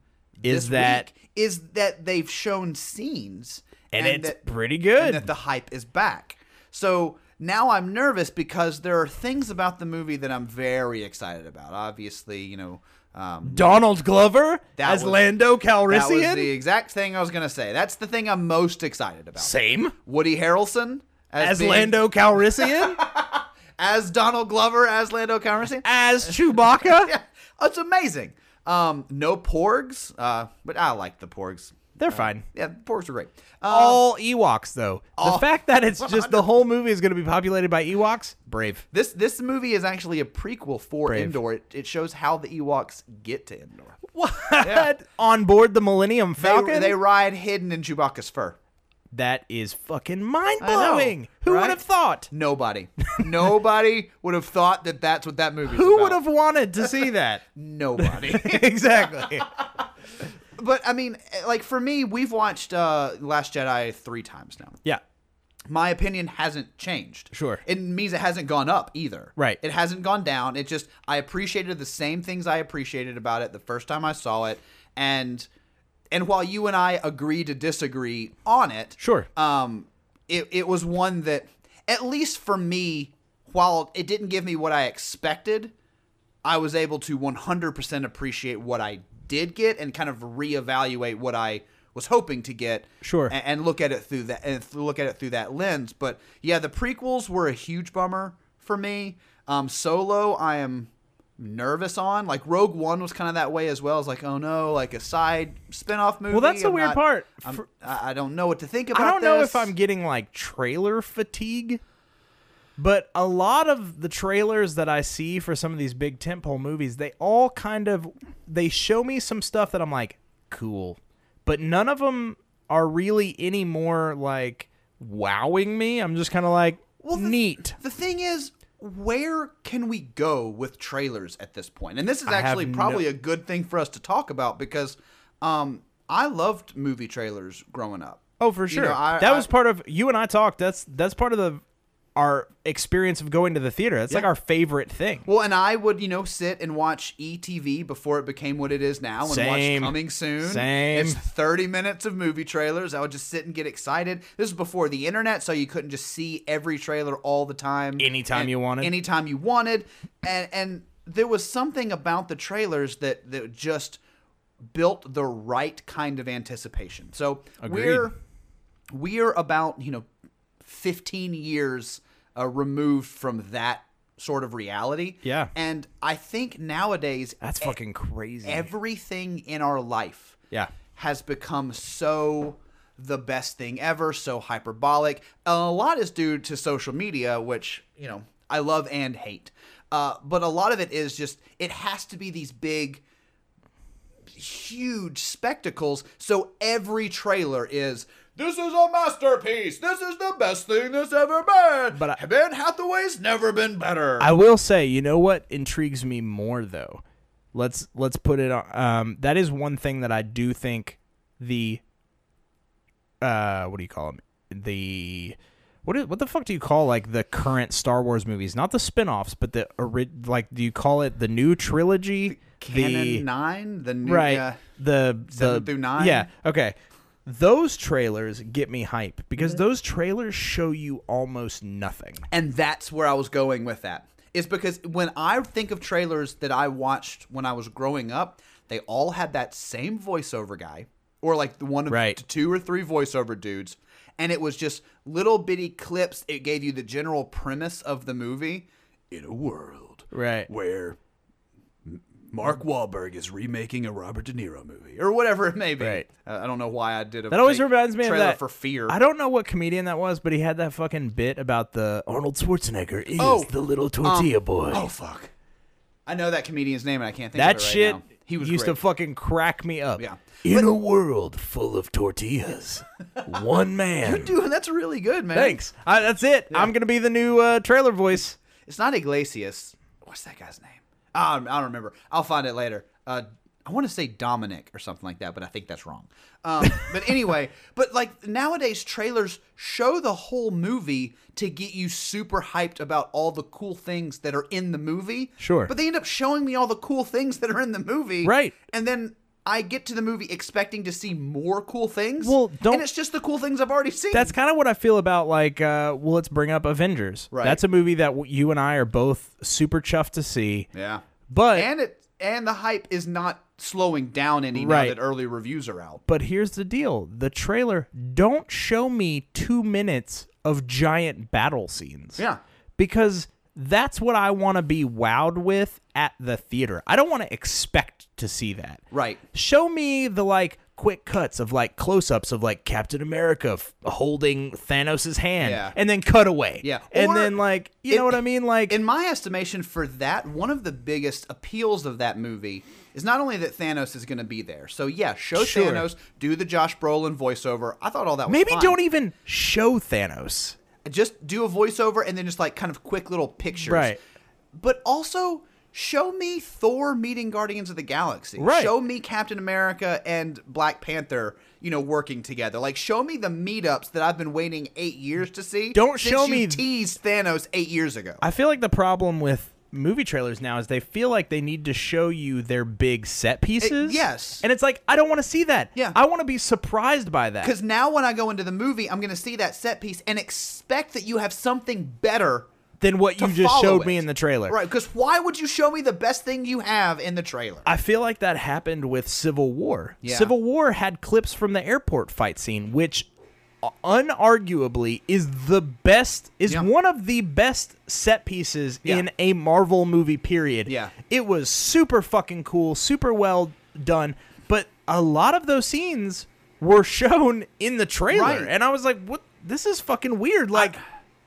E: Is
F: this
E: that-
F: week is that they've shown scenes
E: and, it's
F: that-
E: pretty
F: and
E: good.
F: that the hype is back. So now I'm nervous because there are things about the movie that I'm very excited about. Obviously, you know, um,
E: Donald Glover
F: That
E: as
F: was-
E: Lando
F: that was
E: Calrissian.
F: the exact thing I was going to say. That's the thing I'm most excited about.
E: Same
F: Woody Harrelson as,
E: as
F: being-
E: Lando Calrissian
F: as Donald Glover as Lando Calrissian.
E: as Chewbacca.
F: yeah, it's amazing. Um, no porgs, uh, but I like the porgs.
E: They're fine.
F: Yeah, the porgs are great. Uh,
E: All Ewoks though.
F: Oh.
E: the fact that it's just the whole movie is going to be populated by Ewoks, brave.
F: this this movie is actually a prequel for
E: Brave.
F: Endor. It, it shows how the Ewoks get to Endor.
E: What on board the Millennium Falcon?
F: They, they ride hidden in Chewbacca's fur.
E: that is fucking mind
F: know,
E: blowing. Who would
F: right?
E: have thought?
F: Nobody, nobody would have thought that that's what that movie.
E: Who would have wanted to see that?
F: Nobody.
E: exactly.
F: but I mean, like for me, we've watched uh, Last Jedi three times now.
E: Yeah.
F: my opinion hasn't changed.
E: Sure.
F: It means it hasn't gone up either.
E: Right.
F: It hasn't gone down. It just I appreciated the same things I appreciated about it the first time I saw it and and while you and I agree to disagree on it,
E: Sure.
F: um it it was one that at least for me while it didn't give me what I expected, I was able to 100% appreciate what I did get and kind of reevaluate what I was hoping to get.
E: Sure.
F: a- And, look at it through that and th- look at it through that lens. But yeah, the prequels were a huge bummer for me. Um, Solo, I am nervous on. Like Rogue One was kind of that way as well. It's like, oh no, like a side spin-off movie.
E: Well, that's the
F: I'm
E: weird
F: not-
E: part.
F: I'm-
E: For-
F: I I don't know what to think about.
E: I don't know if
F: this.
E: I'm getting like trailer fatigue, but a lot of the trailers that I see for some of these big tentpole movies, they all kind of they show me some stuff that I'm like, cool, but none of them are really any more like wowing me. I'm just kind of like,
F: Well, the-
E: neat.
F: The thing is, where can we go with trailers at this point? And this is
E: I have
F: actually probably
E: no-
F: a good thing for us to talk about because um, I loved movie trailers growing up.
E: Oh, for
F: You
E: sure.
F: know, I-
E: that
F: I-
E: was part of you and I talked. That's that's part of the our experience of going to the theater. That's like
F: Yeah.
E: our favorite thing.
F: Well, and I would, you know, sit and watch ETV before it became what it is now and
E: Same.
F: watch Coming Soon.
E: Same.
F: It's 30 minutes of movie trailers. I would just sit and get excited. This is before the internet, so you couldn't just see every trailer all the time.
E: Anytime
F: and
E: you wanted.
F: Anytime you wanted. And and there was something about the trailers that that just built the right kind of anticipation. So
E: Agreed.
F: we're we're about, you know, 15 years uh, removed from that sort of reality.
E: Yeah.
F: And I think nowadays
E: That's fucking crazy.
F: everything in our life
E: Yeah.
F: has become so the best thing ever, so hyperbolic. And a lot is due to social media, which, you know, I love and hate. Uh, but a lot of it is just, it has to be these big, huge spectacles. So every trailer is. This is a masterpiece. This is the best thing that's ever been.
E: But I-
F: Ben Hathaway's never been better.
E: I will say, you know what intrigues me more though. Let's let's put it on. Um, that is one thing that I do think the uh, what do you call them? The what is, what the fuck do you call like the current Star Wars movies? Not the spin-offs, but the ori- like do you call it the new trilogy?
F: Canon nine, the new,
E: right
F: yeah.
E: the
F: Seven
E: the
F: through nine?
E: yeah okay those trailers get me hype because
F: Mm-hmm.
E: those trailers show you almost nothing
F: And that's where I was going with that. Is because when I think of trailers that I watched when I was growing up, they all had that same voiceover guy, or like the one of
E: Right.
F: t- two or three voiceover dudes, and it was just little bitty clips. It gave you the general premise of the movie. In a world
E: right
F: where Mark Wahlberg is remaking a Robert De Niro movie, or whatever it may be.
E: Right.
F: Uh, I don't know why I did a
E: that always
F: fake
E: reminds me of
F: trailer
E: that
F: for Fear.
E: I don't know what comedian that was, but he had that fucking bit about the Arnold Schwarzenegger is
F: Oh,
E: the little tortilla boy.
F: Oh fuck! I know that comedian's name, and I can't think
E: that
F: of it right
E: shit
F: now. He was
E: used
F: great.
E: to fucking crack me up.
F: Yeah.
E: In a world full of tortillas, one man.
F: Dude, that's really good, man.
E: Thanks. I, that's it. I'm gonna be the new uh, trailer voice.
F: It's not Iglesias. What's that guy's name? Ah, I don't remember. I'll find it later. Uh, I want to say Dominic or something like that, but I think that's wrong. Um, but anyway, but like nowadays, trailers show the whole movie to get you super hyped about all the cool things that are in the movie.
E: Sure.
F: But they end up showing me all the cool things that are in the movie.
E: Right.
F: And then I get to the movie expecting to see more cool things.
E: Well, don't-
F: And it's just the cool things I've already seen.
E: That's kind of what I feel about like. Uh, well, let's bring up Avengers.
F: Right.
E: That's a movie that w- you and I are both super chuffed to see.
F: yeah.
E: But
F: and it and the hype is not slowing down any
E: Right.
F: now that early reviews are out.
E: but here's the deal: the trailer don't show me two minutes of giant battle scenes.
F: Yeah.
E: Because that's what I want to be wowed with at the theater. I don't want to expect to see that.
F: Right.
E: Show me the like quick cuts of like close ups of like Captain America f- holding Thanos' hand
F: Yeah.
E: and then cut away.
F: Yeah.
E: and
F: Or-
E: then like, you know
F: in-
E: what I mean? Like,
F: In my estimation, for that, one of the biggest appeals of that movie is not only that Thanos is going to be there. So yeah, show
E: Sure.
F: Thanos, do the Josh Brolin voiceover. I thought all that was
E: maybe
F: fine.
E: don't even show Thanos.
F: just do a voiceover and then just like kind of quick little pictures.
E: Right.
F: But also show me Thor meeting Guardians of the Galaxy.
E: Right.
F: Show me Captain America and Black Panther, you know, working together. Like show me the meetups that I've been waiting eight years to see.
E: Don't
F: since
E: show
F: you
E: me-
F: teased Thanos eight years ago.
E: I feel like the problem with movie trailers now is they feel like they need to show you their big set pieces.
F: yes.
E: And it's like, I don't want to see that.
F: Yeah.
E: I want to be surprised by that.
F: Because now when I go into the movie, I'm going to see that set piece and expect that you have something better.
E: than what
F: to
E: you just
F: follow
E: showed me
F: it.
E: in the trailer.
F: Right, because why would you show me the best thing you have in the trailer?
E: I feel like that happened with Civil War.
F: Yeah.
E: Civil War had clips from the airport fight scene, which uh, unarguably is the best is
F: Yeah.
E: one of the best set pieces
F: Yeah.
E: in a Marvel movie period.
F: Yeah.
E: It was super fucking cool, super well done, but a lot of those scenes were shown in the trailer
F: Right.
E: and I was like, "What? This is fucking weird." Like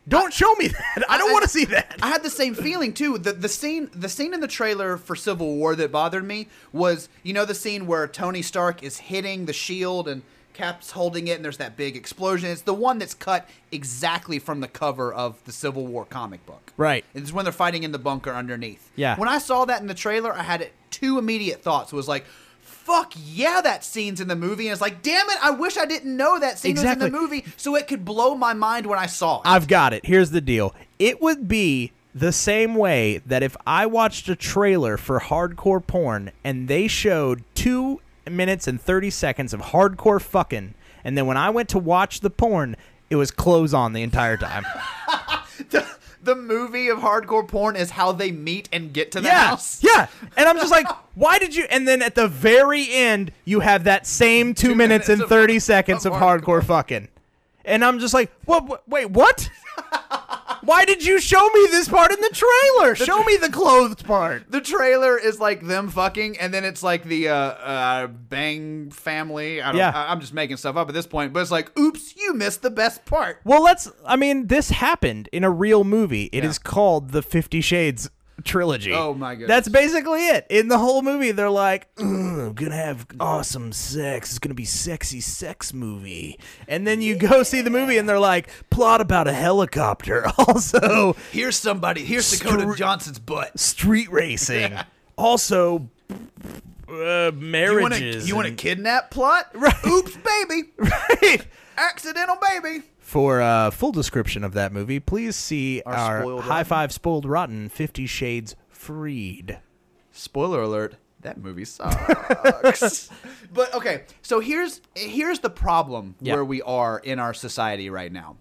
E: don't show me that. I don't want to see that.
F: I had the same feeling too. The the scene the scene in the trailer for Civil War that bothered me was you know the scene where Tony Stark is hitting the shield and Cap's holding it and there's that big explosion. It's the one that's cut exactly from the cover of the Civil War comic book.
E: Right.
F: It's when they're fighting in the bunker underneath.
E: Yeah.
F: When I saw that in the trailer, I had two immediate thoughts. It was like Fuck yeah, that scene's in the movie. And it's like, damn it, I wish I didn't know that scene
E: Exactly.
F: was in the movie so it could blow my mind when I saw it.
E: I've got it. Here's the deal. It would be the same way that if I watched a trailer for hardcore porn and they showed two minutes and 30 seconds of hardcore fucking, and then when I went to watch the porn, it was clothes on the entire time.
F: the movie of hardcore porn is how they meet and get to the
E: yeah.
F: house.
E: Yeah. And I'm just like, why did you? And then at the very end, you have that same two, minutes,
F: minutes
E: and
F: of-
E: 30 seconds of
F: of
E: hardcore fucking. And I'm just like, what? what wait, what? Why did you show me this part in the trailer? Show me the clothed part.
F: The trailer is like them fucking, and then it's like the uh, uh, Bang family. I don't,
E: Yeah.
F: I, I'm just making stuff up at this point, but it's like, oops, you missed the best part.
E: Well, let's. I mean, this happened in a real movie. It is
F: Yeah.
E: called the Fifty Shades trilogy.
F: Oh, my goodness.
E: That's basically it. In the whole movie, they're like, "Ugh, "I'm gonna have awesome sex. It's gonna be sexy sex movie." And then you go see the movie, and they're like, "Plot about a helicopter." Also,
F: Here's somebody. Here's
E: Stru-
F: Johnson's butt.
E: street racing. Also, uh,
F: You want a,
E: marriages.
F: you want a
E: and-
F: kidnap plot?
E: Right.
F: Oops, baby.
E: Right.
F: Accidental baby.
E: For a full description of that movie, please see our,
F: Spoiled
E: High
F: Rotten.
E: Five Spoiled Rotten Fifty Shades Freed.
F: spoiler alert that movie sucks but okay so here's here's the problem
E: Yeah.
F: where we are in our society right now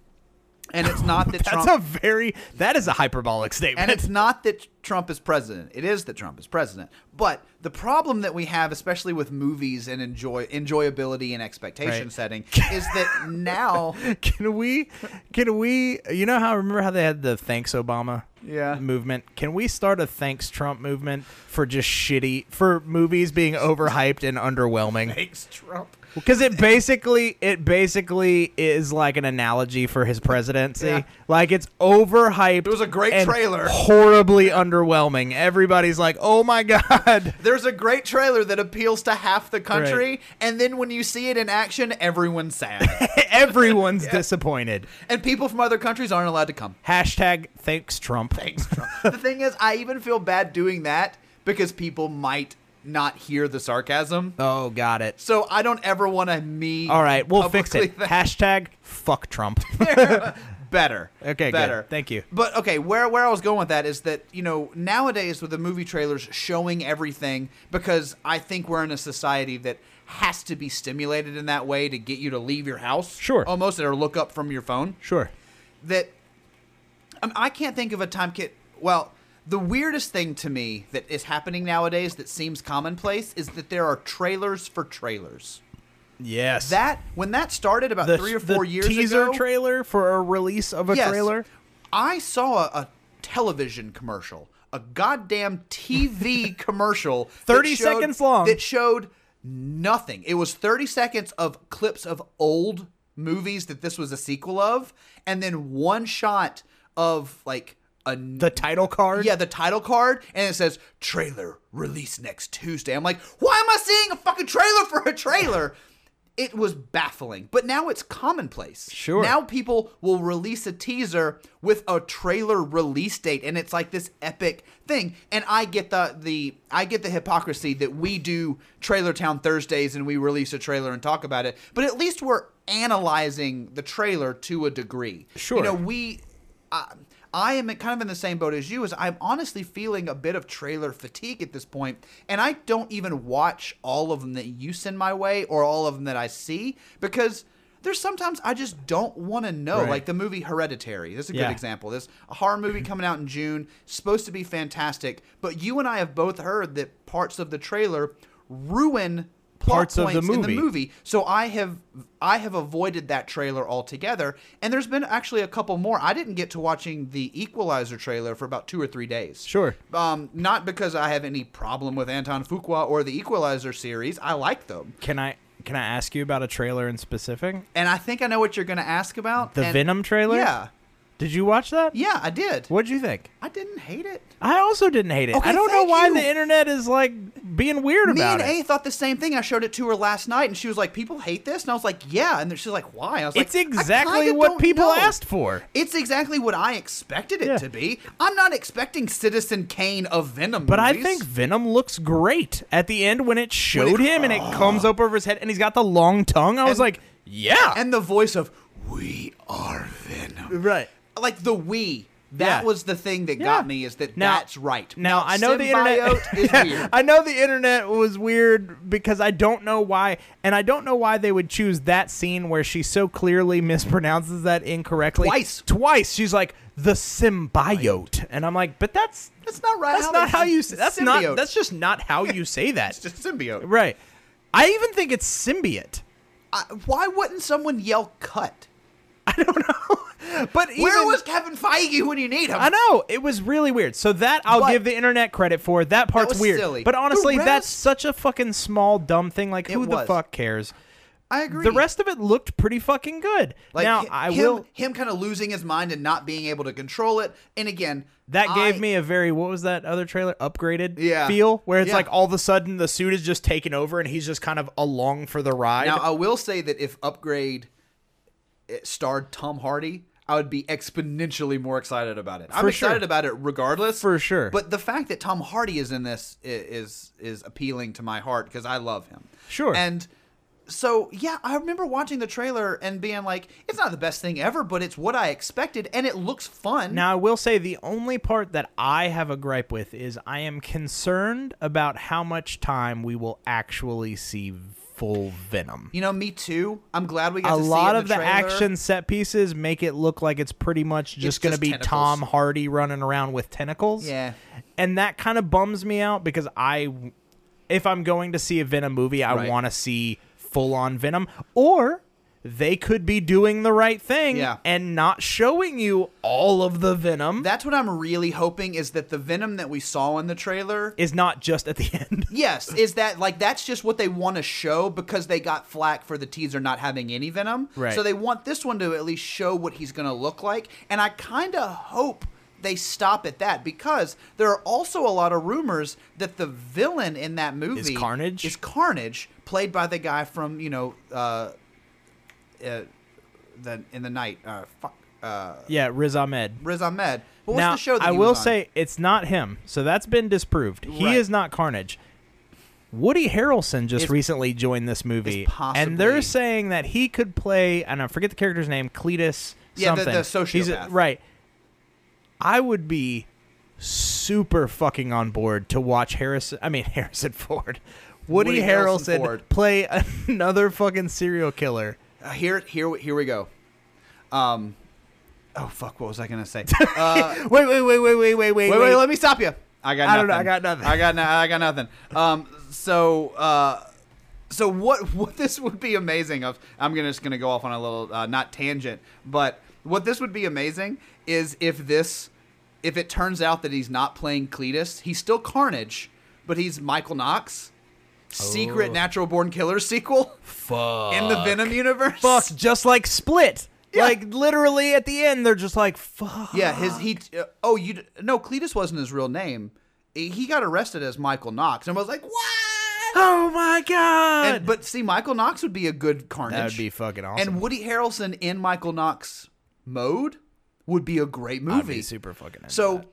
F: and it's not that
E: That's
F: trump
E: a very that is a hyperbolic
F: and
E: statement.
F: it's not that Trump is president. It is that Trump is president. But the problem that we have, especially with movies and enjoy enjoyability and expectation
E: Right.
F: setting, is that now
E: can we can we you know how remember how they had the thanks Obama
F: Yeah.
E: movement? Can we start a thanks Trump movement for just shitty for movies being overhyped and underwhelming?
F: thanks Trump.
E: Because it basically it basically is like an analogy for his presidency.
F: Yeah.
E: Like it's overhyped. It
F: was a great trailer.
E: Horribly underwhelming. Everybody's like, oh my god.
F: There's a great trailer that appeals to half the country,
E: Right.
F: and then when you see it in action, everyone's sad.
E: Everyone's disappointed.
F: and people from other countries aren't allowed to come.
E: Hashtag thanks Trump.
F: Thanks, Trump. the thing is, I even feel bad doing that because people might not hear the sarcasm.
E: Oh, got it.
F: So I don't ever want to me.
E: All right, we'll fix
F: publicly
E: it.
F: thank-
E: Hashtag fuck Trump.
F: better.
E: Okay, good.
F: better.
E: Thank you.
F: But okay, where where I was going with that is that you know nowadays with the movie trailers showing everything because I think we're in a society that has to be stimulated in that way to get you to leave your house,
E: Sure.
F: almost or look up from your phone.
E: sure.
F: That I, mean, I can't think of a time kit. Well, the weirdest thing to me that is happening nowadays that seems commonplace is that there are trailers for trailers.
E: Yes.
F: That when that started about
E: the,
F: three or
E: the
F: four years
E: teaser
F: ago,
E: trailer for a release of a
F: Yes.
E: trailer.
F: I saw a, a television commercial, a goddamn TV commercial, that
E: 30
F: showed-
E: seconds long.
F: that showed nothing. It was 30 seconds of clips of old movies that this was a sequel of, and then one shot of like a
E: The title card.
F: yeah, the title card, and it says trailer release next Tuesday. I'm like, why am I seeing a fucking trailer for a trailer? It was baffling, but now it's commonplace.
E: Sure.
F: Now people will release a teaser with a trailer release date, and it's like this epic thing. And I get the the I get the hypocrisy that we do Trailer Town Thursdays and we release a trailer and talk about it, but at least we're analyzing the trailer to a degree.
E: Sure.
F: You know, we I, I am kind of in the same boat as you as I'm honestly feeling a bit of trailer fatigue at this point and I don't even watch all of them that you send my way or all of them that I see because there's sometimes I just don't want to know
E: Right.
F: like the movie Hereditary. This is a
E: Yeah.
F: good example. This a horror movie coming out in June, supposed to be fantastic, but you and I have both heard that parts of the trailer ruin plot
E: Parts of the
F: points in the
E: movie.
F: movie movie. So I have I have avoided that trailer altogether. And there's been actually a couple more. I didn't get to watching the Equalizer trailer for about two or three days.
E: Sure.
F: Um, not because I have any problem with Anton Fuqua or the Equalizer series. I like them,
E: Can I can I ask you about a trailer in specific?
F: and I think I know what you're going to ask about.
E: The
F: and-
E: Venom trailer.
F: Yeah,
E: Did you watch that?
F: yeah, I did.
E: What'd you think?
F: I didn't hate it.
E: I also didn't hate it.
F: Okay,
E: I don't know
F: thank
E: why
F: you.
E: the internet is like being weird
F: Me
E: about
F: and A
E: it.
F: thought the same thing. I showed it to her last night, and she was like, "People hate this," and I was like, "Yeah," and she's like, "Why?" I was like,
E: it's
F: "I
E: exactly
F: kinda
E: what
F: don't
E: people
F: know."
E: asked for.
F: It's exactly what I expected it
E: Yeah.
F: to be. I'm not expecting Citizen Kane of Venom.
E: But I
F: movies.
E: think Venom looks great at the end when it showed him and it comes up over his head and he's got the long tongue. I was
F: And-
E: like, yeah,
F: and the voice of "We are Venom,"
E: right.
F: like the "we." That
E: Yeah.
F: was the thing that
E: Yeah.
F: got me is that
E: Now-
F: that's right.
E: Now I know the internet
F: symbiote is
E: Yeah,
F: weird.
E: I know the internet was weird because I don't know why, and I don't know why they would choose that scene where she so clearly mispronounces that incorrectly
F: Twice.
E: Twice, she's like the symbiote, and I'm like, but that's
F: That's not right.
E: that's
F: how
E: not
F: they-
E: how you.
F: it's
E: Say, that's
F: symbiote.
E: not. That's just not how you say that.
F: It's just symbiote.
E: right. I even think it's symbiote.
F: I, why wouldn't someone yell "cut"?
E: But even,
F: Where was Kevin Feige when you need him?
E: I know it was really weird. So that I'll
F: But-
E: give the internet credit for. That part's
F: was
E: weird.
F: silly.
E: But
F: The
E: honestly, that's
F: rest-
E: such a fucking small dumb thing. Like who
F: It
E: the
F: was.
E: fuck cares?
F: I agree.
E: The rest of it looked pretty fucking good.
F: Like
E: now
F: hi-
E: I
F: him,
E: will.
F: him kind of losing his mind and not being able to control it. And again,
E: That gave
F: I-
E: me a very what was that other trailer upgraded
F: Yeah.
E: feel where it's
F: Yeah.
E: like all of a sudden the suit is just taken over and he's just kind of along for the ride.
F: Now uh, I will say that if Upgrade it starred Tom Hardy, I would be exponentially more excited about it. I'm
E: For sure.
F: excited about it regardless,
E: For sure.
F: But the fact that Tom Hardy is in this i- is is appealing to my heart because I love him.
E: Sure.
F: And so yeah, I remember watching the trailer and being like, "It's not the best thing ever, but it's what I expected, and it looks fun."
E: Now, I will say the only part that I have a gripe with is I am concerned about how much time we will actually see full Venom.
F: you know, me too. I'm glad we got
E: A
F: to see it
E: lot
F: in
E: of the,
F: trailer.
E: action set pieces make it look like it's pretty much just
F: It's
E: going to
F: just
E: be
F: tentacles.
E: Tom Hardy running around with tentacles.
F: Yeah.
E: And that kind of bums me out because I, if I'm going to see a Venom movie, I
F: Right.
E: want to see full on Venom. Or. They could be doing the right thing
F: Yeah.
E: and not showing you all of the venom.
F: That's what I'm really hoping is that the venom that we saw in the trailer
E: is not just at the end.
F: Yes, is that like that's just what they want to show because they got flack for the teaser not having any venom.
E: Right.
F: So they want this one to at least show what he's going to look like, and I kind of hope they stop at that because there are also a lot of rumors that the villain in that movie
E: Carnage?
F: is Carnage, played by the guy from you know, uh, uh, the in the night, uh, fuck, uh,
E: Yeah, Riz Ahmed.
F: Riz Ahmed. What
E: now,
F: was the show that
E: I
F: he
E: will
F: was on?
E: say it's not him, so that's been disproved. He
F: Right.
E: is not Carnage. Woody Harrelson just
F: Is-
E: recently joined this movie,
F: is possibly-
E: and they're saying that he could play. I don't know, forget the character's name, Cletus.
F: Yeah, the-
E: something.
F: the
E: He's a-
F: sociopath.
E: right. I would be super fucking on board to watch Harrison. I mean Harrison Ford, Woody,
F: Woody Harrelson
E: Harrelson
F: Ford.
E: play another fucking serial killer.
F: Uh, here, here, here we go. Um, oh fuck, what was I gonna say?
E: Wait, wait, wait, wait, wait, wait, wait,
F: Uh, wait, wait, let me stop you. I got.
E: I
F: Nothing.
E: don't know, I got nothing.
F: I got. No, I got nothing. Um. So. Uh. So what? What this would be amazing. Of I'm gonna just gonna go off on a little uh, not tangent, but what this would be amazing is if this, if it turns out that he's not playing Cletus, he's still Carnage, but he's Michael Knox. Secret Natural Born Killer sequel. Fuck. In the Venom universe.
E: fuck just like split
F: Yeah.
E: like literally at the end they're just like fuck
F: Yeah, his he. Uh, oh, you d- no, Cletus wasn't his real name. He he got arrested as Michael Knox, and I was like, what?
E: oh my god
F: And, but see, Michael Knox would be a good Carnage.
E: that'd be fucking awesome
F: And Woody Harrelson in Michael Knox mode would be a great movie.
E: I'd be super fucking into
F: So
E: that.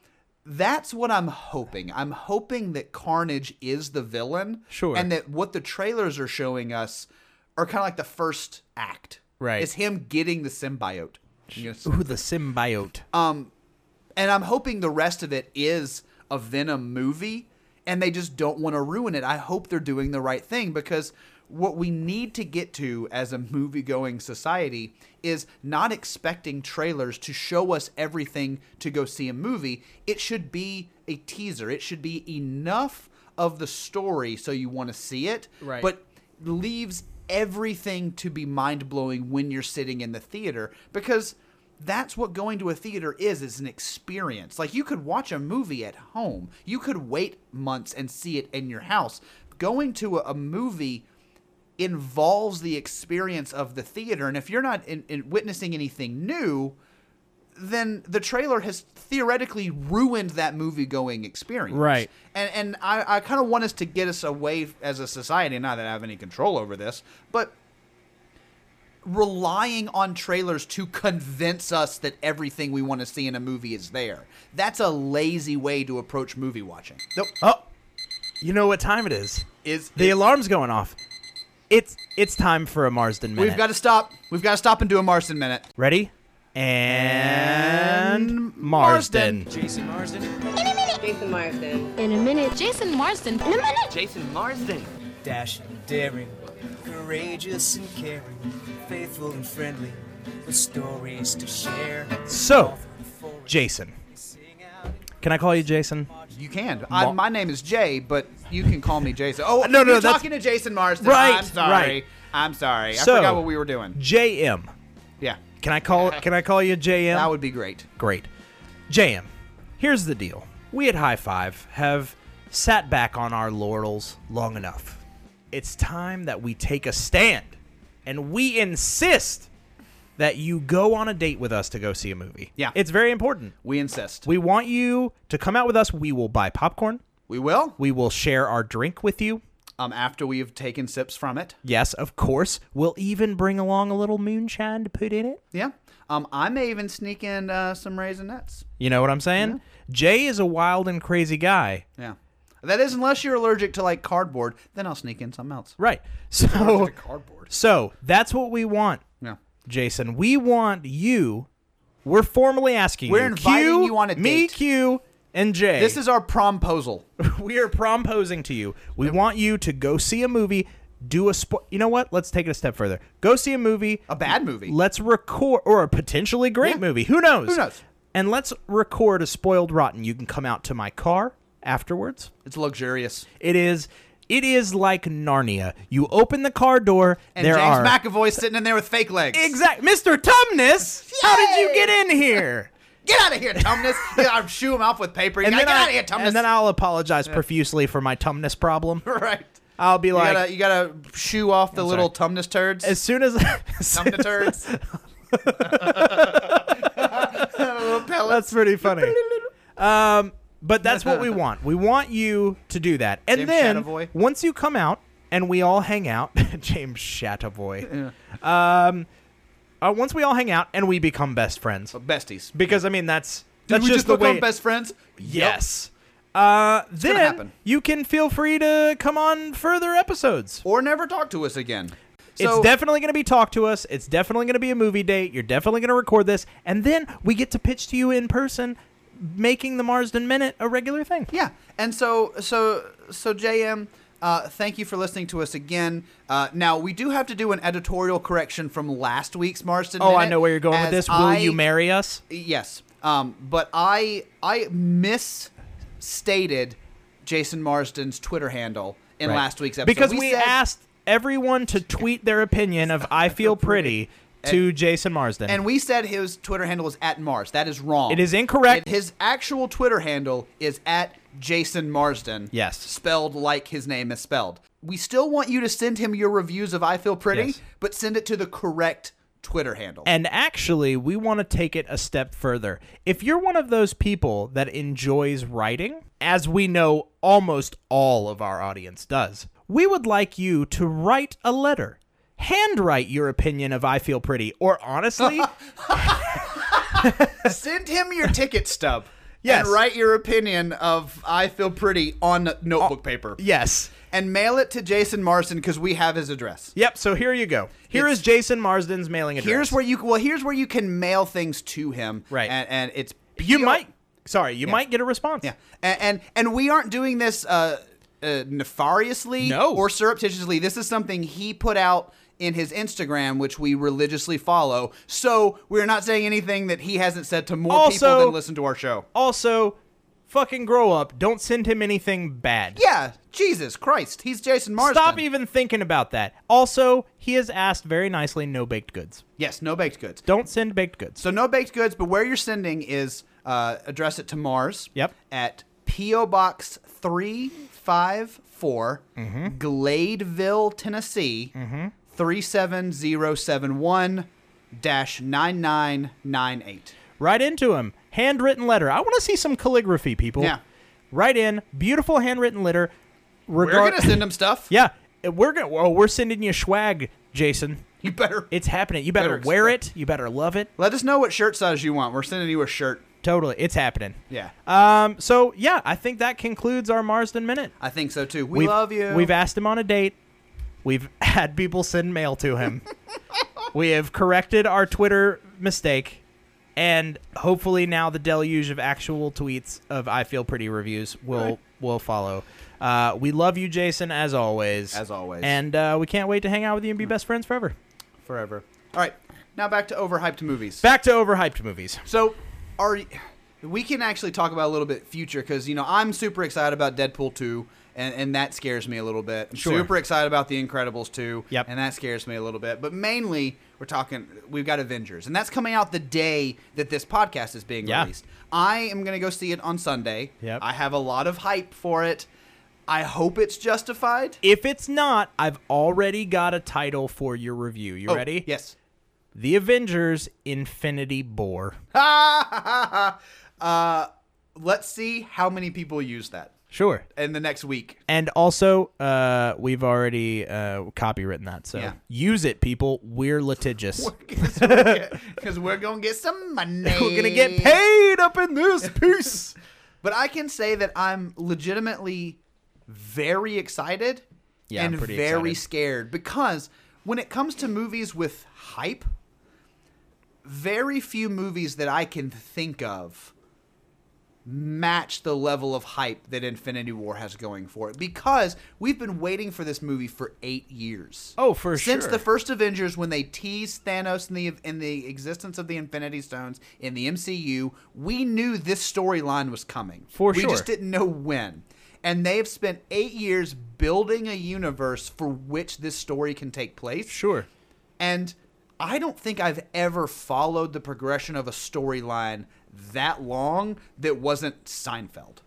F: that's what I'm hoping. I'm hoping that Carnage is the villain.
E: Sure.
F: And that what the trailers are showing us are kind of like the first act.
E: Right.
F: It's him getting the symbiote. Yes.
E: ooh the symbiote
F: And I'm hoping the rest of it is a Venom movie and they just don't want to ruin it. I hope they're doing the right thing because what we need to get to as a movie going society is not expecting trailers to show us everything to go see a movie. It should be a teaser, it should be enough of the story so you want to see it.
E: Right.
F: But leaves everything to be mind blowing when you're sitting in the theater because that's what going to a theater is is an experience. Like you could watch a movie at home. You could wait months and see it in your house. Going to a, a movie involves the experience of the theater and if you're not in, in witnessing anything new, then the trailer has theoretically ruined that movie going experience.
E: Right.
F: And and I, I kind of want us to get us away as a society, not that I have any control over this, but relying on trailers to convince us that everything we want to see in a movie is there. That's a lazy way to approach movie watching. Nope.
E: oh you know what time it is
F: Is
E: the alarm's going off it's it's time for a marsden minute
F: We've got to stop. We've got to stop and do a Marston minute.
E: ready and marsden,
G: Jason Marsden.
H: In a minute, Jason Marsden. In a minute,
G: Jason Marsden.
I: Dash and daring, courageous and caring, faithful and friendly, with stories to share.
E: so jason can i call you jason
F: You can. I,
E: Ma-
F: my name is Jay, but you can call me Jason. Oh,
E: No, no,
F: you're
E: that's-
F: talking to Jason Marston.
E: Right,
F: I'm sorry.
E: right.
F: I'm sorry. I
E: So-
F: forgot what we were doing.
E: jm
F: Yeah,
E: can i call can i call you jm
F: that would be great.
E: Great. JM, here's the deal. We at High Five have sat back on our laurels long enough. It's time that we take a stand and we insist that you go on a date with us to go see a movie.
F: Yeah.
E: It's very important.
F: We insist.
E: We want you to come out with us. We will buy popcorn.
F: we will.
E: We will share our drink with you.
F: Um, after we have taken sips from it.
E: Yes, of course. We'll even bring along a little moonshine to put in it.
F: Yeah. Um, I may even sneak in uh, some raisinets.
E: You know what I'm saying? Jay is a wild and crazy guy.
F: Yeah. That is, unless you're allergic to like cardboard, then I'll sneak in something else.
E: Right. So
F: Cardboard.
E: So that's what we want,
F: Yeah.
E: Jason. We want you. We're formally asking
F: We're
E: you.
F: inviting
E: Q,
F: you on a
E: me,
F: date.
E: Q, and J.
F: This is our promposal.
E: we are proposing to you. We want you to go see a movie. Do a sport. You know what? Let's take it a step further. Go see a movie.
F: A bad movie.
E: Let's record, or a potentially great
F: Yeah.
E: movie. Who knows?
F: Who knows?
E: And let's record a spoiled rotten. You can come out to my car afterwards.
F: It's luxurious.
E: It is. It is like Narnia. You open the car door.
F: And
E: there
F: James
E: are
F: McAvoy sitting in there with fake legs.
E: Exact, Mr. Tumnus. How did you
F: Yay!
E: get in here?
F: Get out of here, Tumnus. yeah, I'll shoo him off with paper. You gotta, get out of here, Tumnus.
E: and then I'll apologize profusely for my Tumnus problem.
F: right.
E: I'll be
F: You
E: like,
F: gotta, you gotta shoo off the little Tumnus turds.
E: as soon as, as soon
F: Tumnus
E: as-
F: turds.
E: that's pretty funny. um, but that's what we want. We want you to do that, and
F: James
E: then
F: Chatavoy.
E: once you come out and we all hang out, James Chatavoy. Um, uh, once we all hang out and we become best friends,
F: Besties.
E: because I mean that's
F: Did
E: That's
F: we
E: just
F: just
E: the
F: become
E: way-
F: best friends?
E: Yes. Uh,
F: gonna
E: then
F: happen.
E: you can feel free to come on further episodes.
F: Or never talk to us again.
E: it's
F: So-
E: definitely going to be talk to us. It's definitely going to be a movie date. You're definitely going to record this, and then we get to pitch to you in person, making the Marsden Minute a regular thing.
F: Yeah, and so so so JM, uh, thank you for listening to us again. Uh, now we do have to do an editorial correction from last week's Marston.
E: Oh, I
F: Minute,
E: know where you're going
F: as
E: with this. Will
F: I-
E: you marry us?
F: Yes, um, but I I misstated Jason Marsden's Twitter handle in
E: Right.
F: last week's episode
E: Because we,
F: said-
E: asked everyone to tweet their opinion of "I feel pretty" to Jason Marsden.
F: And we said his Twitter handle is at Mars. That is wrong.
E: It is incorrect.
F: His actual Twitter handle is at Jason Marsden.
E: Yes.
F: Spelled like his name is spelled. We still want you to send him your reviews of I Feel Pretty,
E: Yes.
F: but send it to the correct Twitter handle.
E: And actually, we want to take it a step further. If you're one of those people that enjoys writing, as we know almost all of our audience does, we would like you to write a letter. Handwrite your opinion of I Feel Pretty, or honestly,
F: send him your ticket stub.
E: Yes.
F: And write your opinion of I Feel Pretty on notebook
E: Uh,
F: paper.
E: yes.
F: And mail it to Jason Marsden because we have his address.
E: Yep, so here you go. Here is Jason Marsden's mailing address.
F: Here's where you well, here's where you can mail things to him.
E: Right.
F: And, and it's
E: you
F: P.O.
E: might, sorry, you might get a response.
F: Yeah, and and, and we aren't doing this uh, uh, nefariously
E: No.
F: or surreptitiously. This is something he put out in his Instagram, which we religiously follow. So we're not saying anything that he hasn't said to more
E: Also-
F: people than listen to our show.
E: Also, fucking grow up. Don't send him anything bad.
F: Yeah, Jesus Christ, he's Jason Marsden.
E: Stop even thinking about that. Also, he has asked very nicely no baked goods.
F: Yes, no baked goods.
E: Don't send baked goods.
F: So no baked goods, but where you're sending is uh, address it to Mars.
E: Yep.
F: At PO Box three five four,
E: Mm-hmm.
F: Gladeville, Tennessee three seven zero seven one dash nine nine nine eight.
E: Write into him. Handwritten letter. I want to see some calligraphy, people.
F: Yeah.
E: Write in. Beautiful handwritten letter.
F: We're
E: Regard-
F: gonna send him stuff.
E: yeah. We're gonna. Oh, we're sending you swag, Jason.
F: You better
E: It's happening. You better,
F: Better
E: wear it. You better love it.
F: let us know what shirt size you want. We're sending you a shirt.
E: Totally. It's happening.
F: Yeah.
E: Um. So yeah, I think that concludes our Marsden minute.
F: I think so too. We
E: We've-
F: love you.
E: We've asked him on a date. We've had people send mail to him. we have corrected our Twitter mistake. And hopefully now the deluge of actual tweets of I feel pretty reviews will will follow. Uh, we love you, Jason, as always.
F: As always.
E: and uh, we can't wait to hang out with you and be best friends forever.
F: forever. All right. Now back to overhyped movies.
E: Back to overhyped movies.
F: So, are we can actually talk about a little bit future because you know I'm super excited about Deadpool two, and, and that scares me a little bit. I'm
E: Sure.
F: super excited about The Incredibles two,
E: Yep.
F: and that scares me a little bit. But mainly, we're talking we've got Avengers, and that's coming out the day that this podcast is being
E: Yeah.
F: released. I am gonna go see it on Sunday.
E: Yep.
F: I have a lot of hype for it. I hope it's justified.
E: If it's not, I've already got a title for your review. You
F: Oh,
E: ready?
F: Yes.
E: The Avengers: Infinity Bore.
F: Uh, let's see how many people use that
E: Sure.
F: in the next week.
E: And also, uh, we've already uh, copywritten that, so
F: Yeah.
E: use it, people. We're litigious.
F: because we're gonna get some money.
E: We're gonna get paid up in this piece.
F: But I can say that I'm legitimately very excited
E: Yeah, I'm
F: and
E: pretty
F: very
E: excited.
F: scared because when it comes to movies with hype, very few movies that I can think of match the level of hype that Infinity War has going for it because we've been waiting for this movie for 8 years.
E: Oh, for
F: Since
E: sure.
F: the first Avengers when they teased Thanos in the in the existence of the Infinity Stones in the MCU, we knew this storyline was coming.
E: For
F: We
E: sure.
F: just didn't know when. And they've spent 8 years building a universe for which this story can take place.
E: Sure.
F: And I don't think I've ever followed the progression of a storyline that long that wasn't Seinfeld.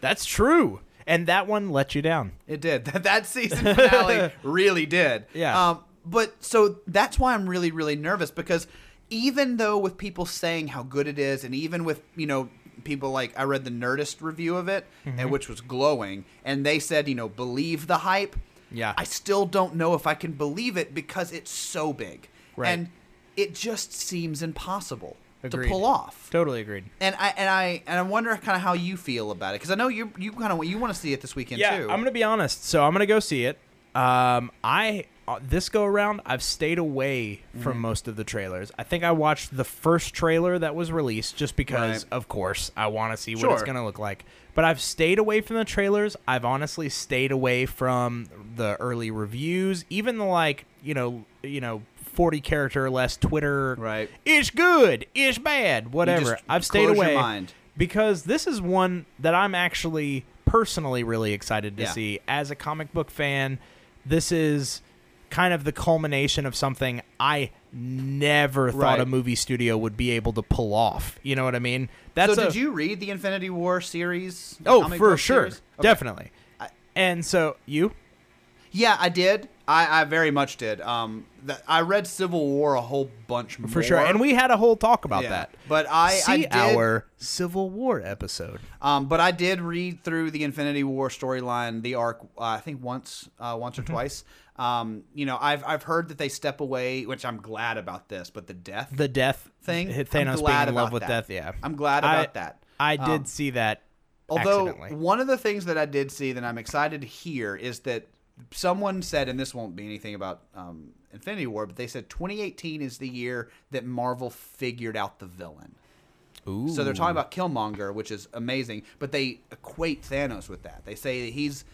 E: That's true. And that one let you down.
F: It did. That, that season finale really did.
E: Yeah.
F: Um, but so that's why I'm really, really nervous because even though with people saying how good it is, and even with, you know, people like I read the Nerdist review of it,
E: Mm-hmm.
F: and which was glowing, and they said, you know, believe the hype.
E: Yeah.
F: I still don't know if I can believe it because it's so big.
E: Right.
F: And it just seems impossible.
E: Agreed.
F: to pull off.
E: Totally agreed.
F: And I and I and I wonder kind of how you feel about it because I know you you kind of you want to see it this weekend
E: Yeah,
F: too.
E: I'm gonna be honest. So I'm gonna go see it. Um, I uh, this go around, I've stayed away from
F: Mm-hmm.
E: most of the trailers. I think I watched the first trailer that was released just because,
F: Right.
E: of course, I want to see what it's
F: Sure.
E: gonna look like. But I've stayed away from the trailers. I've honestly stayed away from the early reviews, even the like, you know, you know. 40 character or less Twitter.
F: Right.
E: Ish good, ish bad, whatever.
F: just
E: I've stayed
F: close your
E: away
F: mind.
E: because this is one that I'm actually personally really excited to
F: Yeah.
E: see as a comic book fan. This is kind of the culmination of something I never thought
F: Right.
E: a movie studio would be able to pull off. You know what I mean? That's
F: so
E: a-
F: did you read the Infinity War series? the
E: Oh,
F: comic
E: for
F: book
E: sure,
F: series? Okay.
E: definitely. and so you?
F: Yeah, I did. I, I very much did. Um, th- I read Civil War a whole bunch more.
E: For sure. And we had a whole talk about
F: Yeah.
E: that.
F: But I- I
E: see
F: did-
E: our Civil War episode.
F: Um, but I did read through the Infinity War storyline, the arc. Uh, I think once, uh, once or
E: Mm-hmm.
F: twice. Um, you know, I've I've heard that they step away, which I'm glad about this. But the death,
E: The death
F: thing, I'm
E: Thanos being
F: glad
E: in love
F: about
E: with
F: that.
E: death. Yeah,
F: I'm glad
E: I-
F: about that.
E: I did
F: Um,
E: see that.
F: Although
E: accidentally.
F: one of the things that I did see that I'm excited to hear is that someone said, and this won't be anything about um, Infinity War, but they said 2018 is the year that Marvel figured out the villain. Ooh. So they're talking about Killmonger, which is amazing, but they equate Thanos with that. They say that he's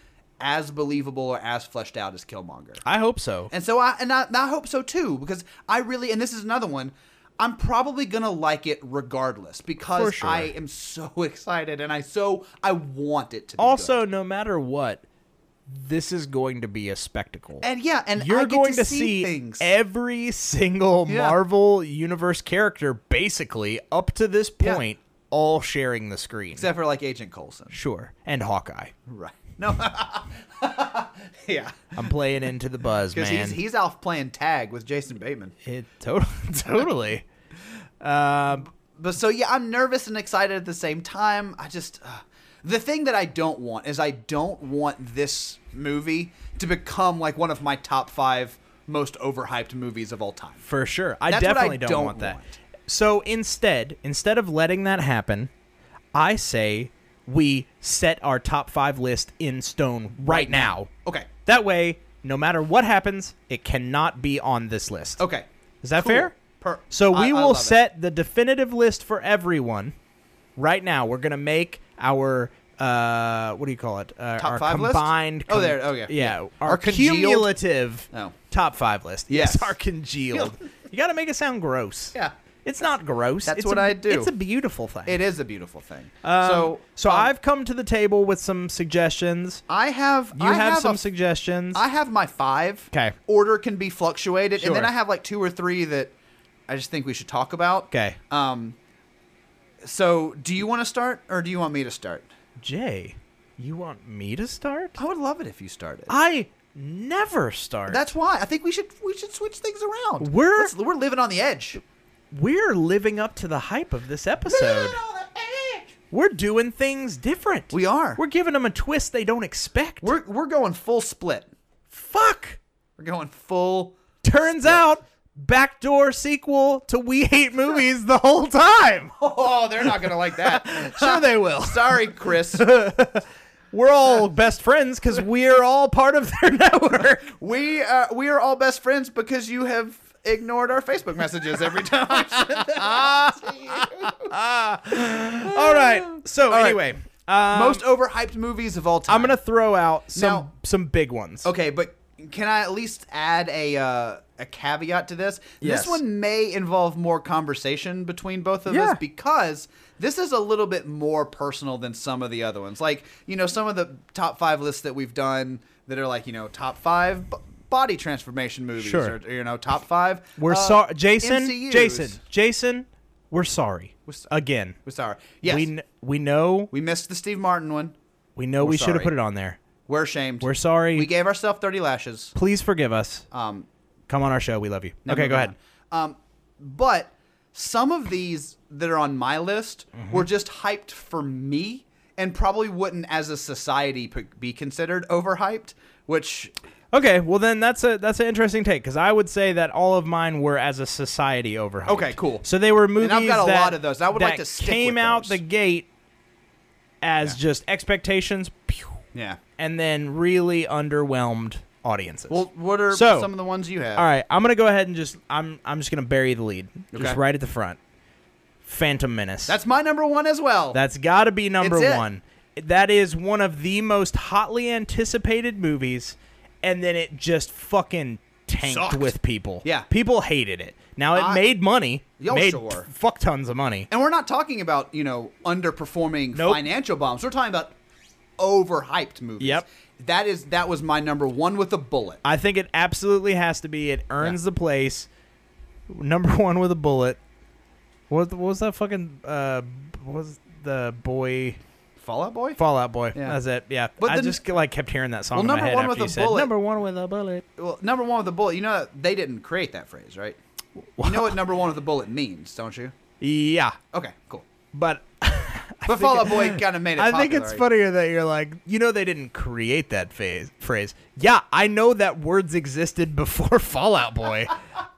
F: as believable or as fleshed out as Killmonger.
E: I hope so.
F: And so I and I, and I hope so too because I really and this is another one. I'm probably gonna like it regardless
E: For
F: because
E: sure.
F: I am so excited and I so I want it to. Be
E: also,
F: good.
E: no matter what, this is going to be a spectacle.
F: and yeah, and
E: you're
F: I get
E: going
F: to, see, things.
E: every single
F: Yeah.
E: Marvel Universe character, basically up to this
F: Yeah.
E: point, all sharing the screen.
F: Except for like Agent Coulson,
E: sure, and Hawkeye.
F: right? No, yeah,
E: I'm playing into the buzz, man.
F: because he's he's out playing tag with Jason Bateman.
E: it, totally, totally. Um,
F: But so yeah, I'm nervous and excited at the same time. I just uh, the thing that I don't want is I don't want this movie to become like one of my top five most overhyped movies of all time.
E: For sure. I
F: That's what I
E: definitely don't,
F: don't
E: want that.
F: want.
E: So instead, instead of letting that happen, I say we set our top 5 list in stone right, now.
F: Okay.
E: That way, no matter what happens, it cannot be on this list.
F: Okay.
E: Is that
F: Cool.
E: fair?
F: Per-
E: so
F: I-
E: we
F: I
E: will
F: love it.
E: set the definitive list for everyone right now. We're going to make our uh what do you call it? Uh,
F: Top
E: our
F: five list?
E: combined
F: Oh, there- oh, yeah.
E: Yeah,
F: Yeah.
E: our,
F: Our congealed-
E: cumulative
F: Oh.
E: top 5 list.
F: Yes.
E: our congealed. you got to make it sound gross.
F: Yeah.
E: It's not gross.
F: That's
E: It's
F: what
E: a-
F: I do.
E: It's a beautiful thing.
F: It is a beautiful thing.
E: Um,
F: so
E: so
F: um,
E: I've come to the table with some suggestions.
F: I have
E: You
F: I
E: have, some
F: a-
E: suggestions.
F: I have my five.
E: 'Kay.
F: Order can be fluctuated, and then
E: Sure.
F: I have like two or three that I just think we should talk about.
E: 'Kay.
F: Um. So do you want to start, or do you want me to start?
E: Jay, you want me to start?
F: I would love it if you started.
E: I never start.
F: That's why I think we should we should switch things around.
E: We're-
F: Let's- we're living on the edge.
E: we're living up to the hype of this episode. We're doing things different.
F: We are.
E: We're giving them a twist they don't expect.
F: We're we're going full split.
E: fuck.
F: We're going full.
E: Turns out backdoor sequel to We Hate Movies the whole time.
F: Oh, they're not gonna like that.
E: Sure they will.
F: Sorry, Chris.
E: We're all best friends because we're all part of their network.
F: We uh, we are all best friends because you have ignored our Facebook messages every time. I send them to you.
E: All right. So
F: right.
E: anyway, um,
F: Most overhyped movies of all time.
E: I'm gonna throw out some
F: Now-
E: some big ones.
F: Okay, but can I at least add a uh, a caveat to this?
E: Yes.
F: This one may involve more conversation between both of
E: Yeah.
F: us because this is a little bit more personal than some of the other ones. Like you know, some of the top five lists that we've done that are like you know top five. b- Body transformation movies,
E: Sure.
F: or you know, top five.
E: We're
F: uh,
E: sorry, Jason.
F: MCUs.
E: Jason. Jason. We're sorry.
F: s-
E: Again.
F: We're sorry. Yes,
E: We
F: we,
E: kn- we know
F: missed the Steve Martin one.
E: we know we should have
F: sorry.
E: put it on there.
F: We're ashamed.
E: We're sorry.
F: We gave ourselves thirty lashes.
E: Please forgive us.
F: Um,
E: Come on our show. We love you.
F: now
E: okay,
F: moving
E: go ahead.
F: on. Um, but some of these that are on my list
E: Mm-hmm.
F: were just hyped for me, and probably wouldn't, as a society, p- be considered overhyped. Which
E: Okay, well then that's a that's an interesting take because I would say that all of mine were as a society overhyped.
F: Okay, cool.
E: So they were movies
F: I've got a
E: that,
F: lot of those. I would like
E: that
F: to stick
E: came
F: with
E: out
F: those.
E: the gate as just expectations, pew,
F: Yeah.
E: and then really underwhelmed audiences.
F: Well, what are
E: So-
F: some of the ones you have?
E: all right, I'm gonna go ahead and just I'm I'm just gonna bury the lead just
F: Okay.
E: right at the front. Phantom Menace.
F: That's my number one as well.
E: That's got to be number
F: It's it.
E: one. That is one of the most hotly anticipated movies, and then it just fucking tanked
F: Sucked.
E: with people.
F: Yeah.
E: people hated it. Now it
F: I-
E: made money.
F: Yo,
E: made
F: sure.
E: fuck tons of money.
F: and we're not talking about, you know, underperforming
E: Nope.
F: financial bombs. We're talking about overhyped movies.
E: Yep.
F: That is that was my number one with a bullet.
E: I think it absolutely has to be. It earns the place. Number one with a bullet. What, what was that fucking? Uh, what was the boy
F: Fallout Boy?
E: Fallout Boy?
F: Yeah.
E: That's it. Yeah,
F: But
E: I
F: the-
E: just like kept hearing that song.
F: Well,
E: in my
F: number
E: head
F: one
E: after
F: with
E: you
F: a
E: said,
F: bullet.
E: Number one with a bullet.
F: well, number one with a bullet. You know that they didn't create that phrase, right? You know what number one with a bullet means, don't you?
E: Yeah,
F: Okay, cool.
E: but
F: But Fallout Boy kind of made it.
E: I think
F: popular,
E: it's
F: right?
E: funnier that you're like, you know, they didn't create that phase, phrase. Yeah, I know that words existed before Fallout Boy.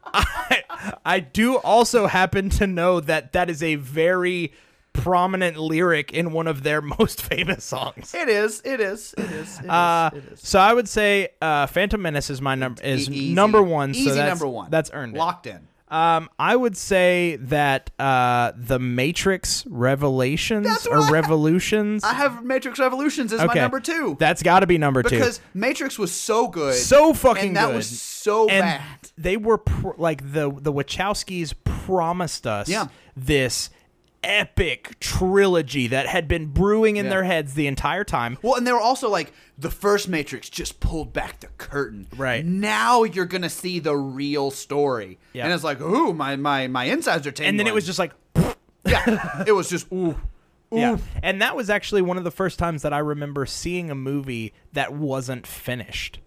E: I, I do also happen to know that that is a very prominent lyric in one of their most famous songs.
F: It is. It is. It is. It is.
E: Uh,
F: it is.
E: so I would say uh, Phantom Menace is my number is
F: E- easy.
E: number one. so
F: Easy
E: that's,
F: number one.
E: That's earned. it.
F: Locked in.
E: Um, I would say that uh, the Matrix Revelations
F: That's
E: or
F: what I-
E: Revolutions.
F: I have Matrix Revolutions as my number two.
E: That's got to be number
F: because
E: two.
F: Matrix was so good,
E: So fucking
F: and that
E: good.
F: was so
E: and
F: bad.
E: They were pr- like the the Wachowskis promised us
F: Yeah.
E: this epic trilogy that had been brewing in
F: Yeah.
E: their heads the entire time.
F: Well, and they were also like the first Matrix just pulled back the curtain.
E: Right.
F: now, you're gonna see the real story.
E: Yeah.
F: and it's like, ooh, my my my insides are tingling.
E: And then it was just like
F: yeah, it was just ooh, ooh.
E: yeah. And that was actually one of the first times that I remember seeing a movie that wasn't finished.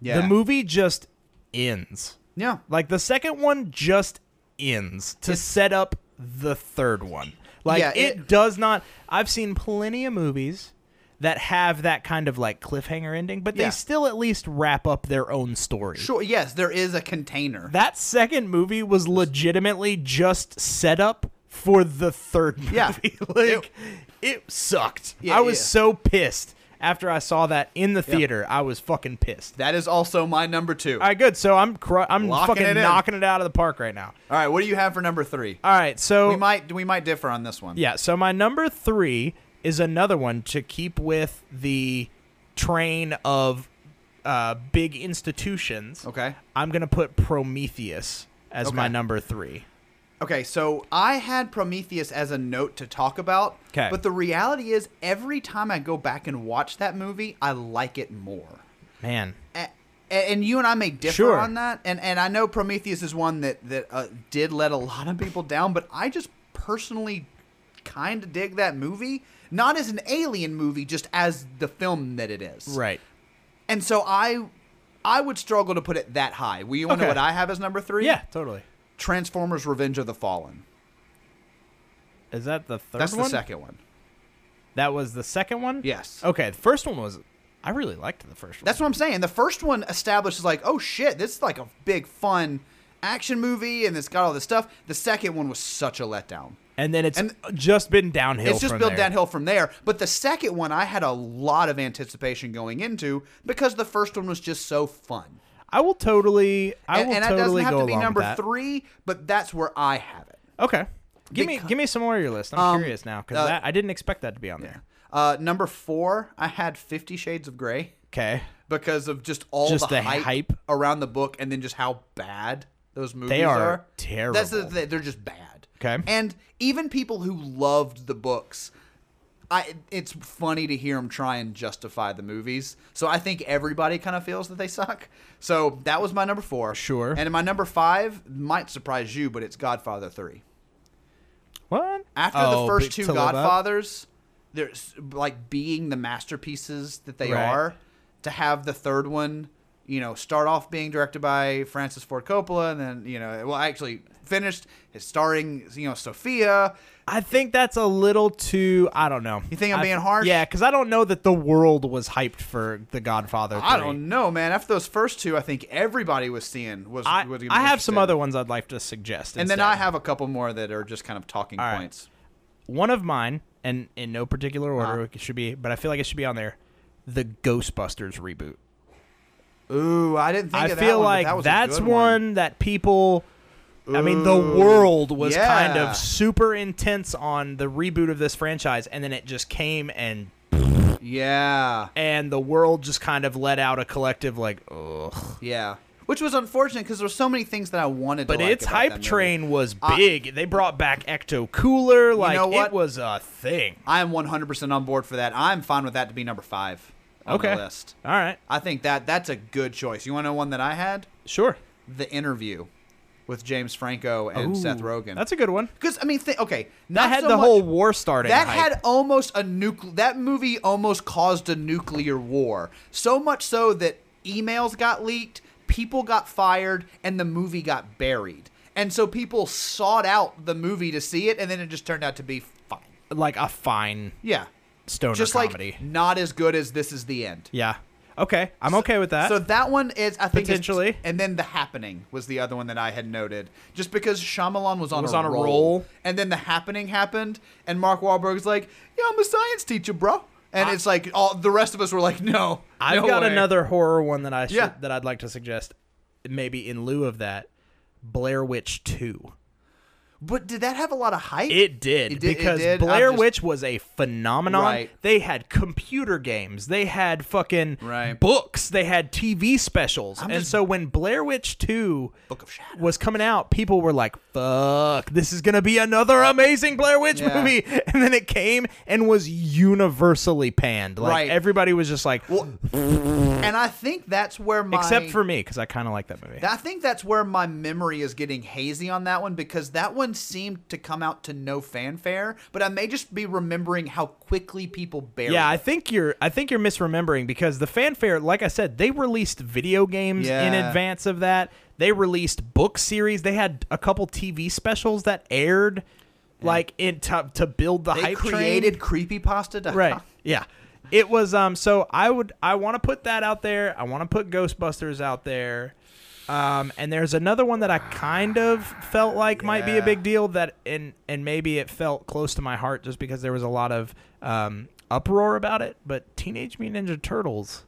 F: Yeah.
E: The movie just ends.
F: Yeah,
E: Like the second one just ends to set up the third one. Like
F: Yeah,
E: it,
F: it-
E: does not I've seen plenty of movies that have that kind of like cliffhanger ending, but they
F: Yeah.
E: still at least wrap up their own story.
F: sure. Yes, there is a container.
E: That second movie was legitimately just set up for the third movie.
F: Yeah.
E: like it, sucked.
F: Yeah,
E: I was
F: yeah.
E: so pissed after I saw that in the theater. I was fucking pissed.
F: that is also my number two.
E: All right, good. So I'm cru- I'm
F: Locking
E: fucking
F: it in.
E: knocking it out of the park right now.
F: All right, what do you have for number three?
E: All right, so
F: We might we might differ on this one.
E: Yeah, so my number three is another one to keep with the train of uh, big institutions.
F: Okay.
E: I'm going to put Prometheus as my
F: Okay.
E: number three.
F: Okay, so I had Prometheus as a note to talk about.
E: 'Kay.
F: But the reality is, every time I go back and watch that movie, I like it more.
E: Man.
F: A- And you and I may differ
E: Sure.
F: on that. And and I know Prometheus is one that that uh, did let a lot of people down, but I just personally kind of dig that movie. Not as an alien movie, just as the film that it is.
E: Right.
F: And so I, I would struggle to put it that high. Will you want to
E: Okay.
F: know what I have as number three?
E: Yeah, totally.
F: Transformers: Revenge of the Fallen.
E: Is that the third
F: That's
E: one?
F: the second one.
E: That was the second one?
F: Yes.
E: Okay, the first one was. I really liked the first one.
F: That's what I'm saying. The first one establishes like, oh shit, this is like a big fun action movie, and it's got all this stuff. The second one was such a letdown.
E: and then it's
F: and-
E: just been downhill.
F: it's just
E: from
F: built
E: there.
F: downhill from there. But the second one, I had a lot of anticipation going into because the first one was just so fun.
E: I will totally. I
F: and,
E: will
F: and that
E: totally
F: doesn't have
E: go
F: to be
E: along with
F: number
E: that.
F: three, but that's where I have it.
E: Okay. Give me
F: Because-
E: give me some more of your list. I'm curious now because
F: uh,
E: I didn't expect that to be on there.
F: Uh, number four, I had Fifty Shades of Grey
E: Okay.
F: because of just all
E: Just
F: the,
E: the
F: hype,
E: hype.
F: around the book, and then just how bad those movies
E: are
F: That's the
E: terrible.
F: thing; they're just bad.
E: Okay.
F: and even people who loved the books, I it's funny to hear them try and justify the movies. So I think everybody kind of feels that they suck. So that was my number four.
E: Sure.
F: and my number five might surprise you, but it's Godfather three.
E: What?
F: After
E: Oh,
F: the
E: but
F: first two
E: to live up?
F: Godfathers, there's like being the masterpieces that they
E: Right.
F: are. To have the third one, you know, start off being directed by Francis Ford Coppola, and then you know, well, actually finished is starring you know Sophia.
E: I think that's a little too. I don't know.
F: You think I'm
E: I-
F: being harsh?
E: Yeah, because I don't know that the world was hyped for The Godfather. 3.
F: I don't know, man. After those first two, I think everybody was seeing was.
E: I,
F: was gonna be
E: I have some
F: interested.
E: other ones I'd like to suggest.
F: and then
E: instead.
F: I have a couple more that are just kind of talking
E: right.
F: points.
E: one of mine, and in no particular
F: Uh-huh.
E: order, it should be, but I feel like it should be on there. The Ghostbusters reboot.
F: Ooh, I didn't think.
E: I
F: of that
E: feel
F: one, but
E: like
F: that was a
E: that's
F: good
E: one. that people. I mean, the world was kind
F: yeah.
E: of super intense on the reboot of this franchise, and then it just came and
F: Yeah,
E: and the world just kind of let out a collective like, ugh.
F: yeah. Which was unfortunate because there were so many things that I wanted.
E: But
F: to like
E: its
F: about that
E: hype
F: movie.
E: train was big. they brought back Ecto Cooler. Like
F: know
E: it
F: what?
E: was a thing.
F: I am 100% on board for that. I'm fine with that to be number five on
E: Okay.
F: the list.
E: All right.
F: I think that that's a good choice. You want to know one that I had?
E: Sure.
F: The interview with James Franco and Seth Rogen.
E: That's a good one.
F: because I mean, th- okay, not
E: That had
F: so
E: the
F: much-
E: whole war starting.
F: That
E: hype.
F: had almost a nucle. That movie almost caused a nuclear war. So much so that emails got leaked, people got fired, and the movie got buried. And so people sought out the movie to see it, and then it just turned out to be fine.
E: like a fine
F: Yeah,
E: stoner
F: just
E: comedy.
F: like not as good as this is the end.
E: yeah. Okay. I'm okay with that.
F: So that one is I think it's-
E: Potentially.
F: and then the happening was the other one that I had noted, just because Shyamalan was on
E: Was
F: a
E: on a
F: roll,
E: roll.
F: and then the happening happened, and Mark Wahlberg's like, "Yeah, I'm a science teacher, bro," and it's like all the rest of us were like, "No,
E: I've
F: no
E: got
F: way."
E: another horror one that I should,
F: Yeah.
E: that I'd like to suggest, maybe in lieu of that, Blair Witch Two.
F: But did that have a lot of hype?
E: It did,
F: It did- it
E: because
F: did.
E: Blair
F: I'm just-
E: Witch was a phenomenon.
F: Right.
E: They had computer games, they had fucking
F: Right.
E: books, they had TV specials, and
F: just-
E: so when Blair Witch Two
F: Book of Shadows.
E: was coming out, people were like, "Fuck, this is gonna be another amazing Blair Witch
F: Yeah.
E: movie," and then it came and was universally panned. Like
F: Right.
E: everybody was just like,
F: and I think that's where my
E: except for me, because I kind of like that movie.
F: I think that's where my memory is getting hazy on that one because that one seemed to come out to no fanfare, but I may just be remembering how quickly people buried.
E: Yeah, I
F: it.
E: think you're I think you're misremembering because the fanfare, like I said, they released video games in
F: Yeah.
E: advance of that. They released book series. They had a couple TV specials that aired like in to, to build the
F: they
E: hype train.
F: created creepypasta. to-
E: Right. Yeah. It was um so I would I want to put that out there. I want to put Ghostbusters out there. Um and there's another one that I kind of felt like might be a
F: Yeah.
E: big deal that and and maybe it felt close to my heart just because there was a lot of um uproar about it, but Teenage Mutant Ninja Turtles,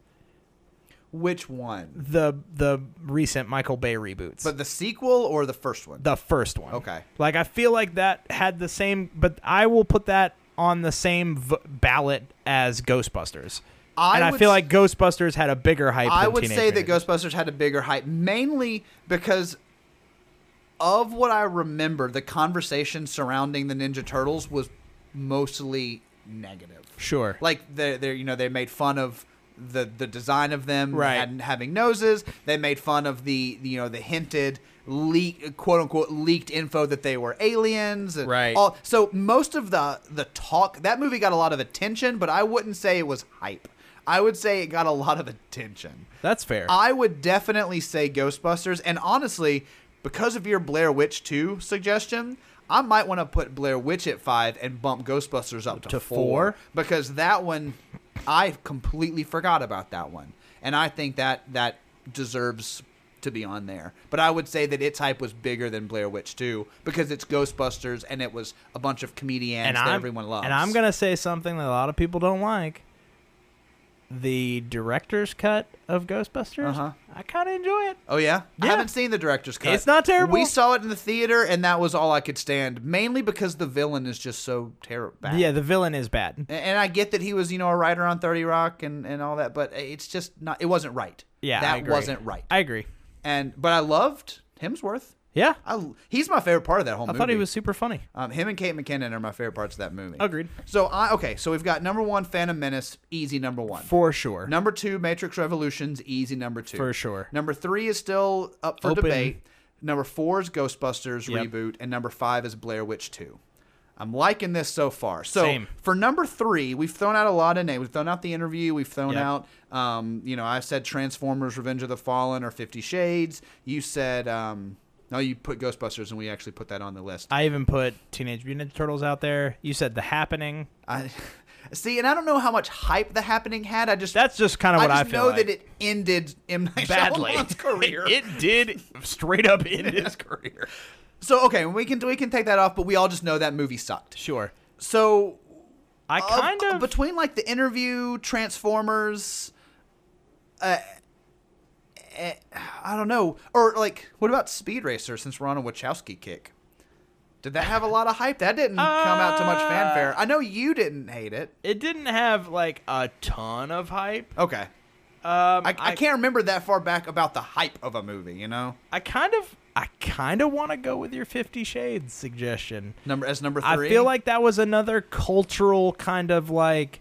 F: Which one?
E: the the recent Michael Bay reboots.
F: But the sequel or the first one?
E: the first one.
F: Okay.
E: Like I feel like that had the same, but I will put that on the same v- ballot as Ghostbusters.
F: I
E: and I
F: would
E: feel
F: s-
E: like Ghostbusters had a bigger hype.
F: I
E: than
F: would
E: Teenage
F: say that
E: Mutant Ninja
F: Ghostbusters had a bigger hype, mainly because of what I remember. The conversation surrounding the Ninja Turtles was mostly negative.
E: Turtles. Sure.
F: Like they they you know they made fun of the the design of them
E: Right.
F: had- having noses. They made fun of the you know the hinted leak quote unquote leaked info that they were aliens. and
E: Right.
F: all- so most of the the talk that movie got a lot of attention, but I wouldn't say it was hype. I would say it got a lot of attention.
E: that's fair.
F: I would definitely say Ghostbusters, and honestly, because of your Blair Witch Two suggestion, I might want to put Blair Witch at five and bump Ghostbusters up to,
E: To four?
F: four because that one, I completely forgot about that one, and I think that that deserves to be on there. But I would say that its hype was bigger than Blair Witch Two because it's Ghostbusters and it was a bunch of comedians
E: and
F: that
E: I'm,
F: everyone loves.
E: And I'm gonna say something that a lot of people don't like. The director's cut of Ghostbusters.
F: Uh-huh.
E: I kind of enjoy it.
F: Oh yeah? I
E: Yeah.
F: haven't seen the director's cut.
E: It's not terrible.
F: We saw it in the theater, and that was all I could stand, mainly because the villain is just so terrible.
E: Yeah, the villain is bad.
F: And I get that he was, you know, a writer on Thirty Rock and, and all that, but it's just not. It wasn't right.
E: Yeah,
F: that
E: I agree.
F: wasn't right.
E: I agree.
F: and but I loved Hemsworth.
E: Yeah, I,
F: I, he's my favorite part of that whole movie.
E: thought he was super funny.
F: Um, him and Kate McKinnon are my favorite parts of that movie.
E: Agreed.
F: So I okay. So we've got number one, Phantom Menace, easy number one.
E: For sure.
F: Number two, Matrix Revolutions, easy number two.
E: For sure.
F: Number three is still up for
E: Open.
F: debate. Number four is Ghostbusters
E: Yep.
F: reboot, and number five is Blair Witch 2. I'm liking this so far. So
E: Same.
F: for number three, we've thrown out a lot of names. We've thrown out the interview. We've thrown
E: Yep.
F: out, um, you know, I said Transformers: Revenge of the Fallen or Fifty Shades. You said um, No, you put Ghostbusters, and we actually put that on the list.
E: I even put Teenage Mutant Ninja Turtles out there. You said The Happening.
F: I see, and I don't know how much hype the happening had. I just
E: That's just kind of
F: I
E: what I,
F: just
E: feel
F: know
E: like.
F: that it ended M Night
E: badly.
F: Shyamalan's career.
E: it did straight up end his career.
F: so okay, we can we can take that off, but we all just know that movie sucked.
E: Sure.
F: So
E: I
F: of-
E: kind of
F: between like the interview, Transformers, uh, eh, I don't know, or like what about Speed Racer? Since we're on a Wachowski kick, did that have a lot of hype? That didn't come out to much
E: Uh,
F: fanfare. I know you didn't hate it.
E: it didn't have like a ton of hype.
F: Okay,
E: Um,
F: I, I can't remember that far back about the hype of a movie. You know,
E: I kind of I kind of want to go with your Fifty Shades suggestion.
F: number as number
E: I
F: three.
E: feel like that was another cultural kind of like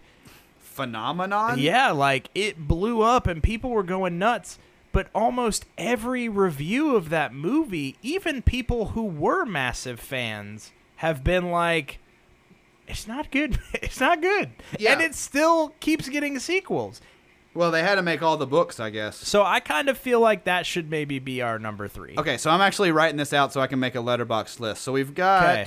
F: phenomenon.
E: yeah, like it blew up and people were going nuts. But almost every review of that movie, even people who were massive fans, have been like, "It's not good. it's not good."
F: Yeah.
E: And it still keeps getting sequels.
F: Well, they had to make all the books, I guess.
E: So I kind of feel like that should maybe be our number three.
F: Okay, so I'm actually writing this out so I can make a letterbox list. So we've got.
E: 'Kay.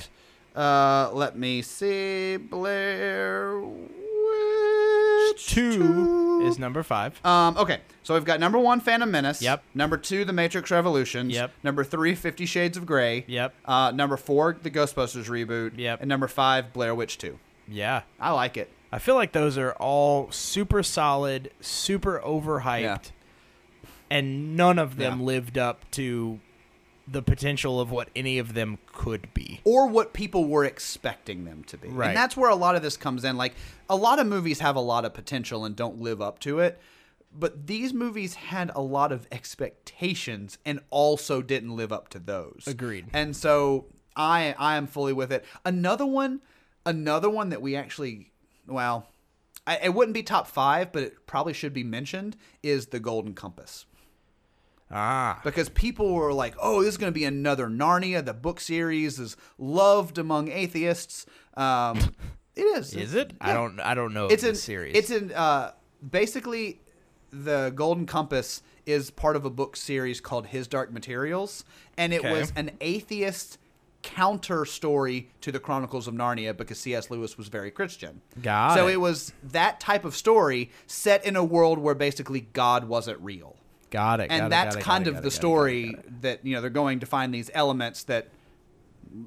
F: Uh, let me see. Blair Witch
E: Two is number five.
F: Um, okay, so we've got number one, Phantom Menace.
E: Yep.
F: Number two, The Matrix Revolutions.
E: Yep.
F: Number three, Fifty Shades of Grey.
E: Yep.
F: Uh, number four, The Ghostbusters reboot.
E: Yep.
F: And number five, Blair Witch Two.
E: yeah.
F: I like it.
E: I feel like those are all super solid, super overhyped,
F: Yeah.
E: and none of them
F: Yeah.
E: lived up to the potential of what any of them could be.
F: or what people were expecting them to be.
E: Right.
F: And that's where a lot of this comes in. Like a lot of movies have a lot of potential and don't live up to it. But these movies had a lot of expectations and also didn't live up to those.
E: Agreed.
F: And so I I am fully with it. Another one another one that we actually well I, it wouldn't be top five, but it probably should be mentioned is the Golden Compass
E: Ah.
F: because people were like, "Oh, this is going to be another Narnia." The book series is loved among atheists. Um, it is.
E: Is it? I
F: Yeah.
E: don't I don't know
F: It's
E: of
F: a
E: this series.
F: It's an uh, basically the Golden Compass is part of a book series called His Dark Materials, and it
E: Okay.
F: was an atheist counter story to the Chronicles of Narnia because C.S. Lewis was very Christian.
E: Got
F: so
E: it.
F: it was that type of story set in a world where basically God wasn't real
E: got it. got it,
F: and
E: got
F: that's
E: it, got
F: kind
E: it,
F: of
E: got it,
F: the
E: got it,
F: story
E: got it, got
F: that you know they're going to find these elements that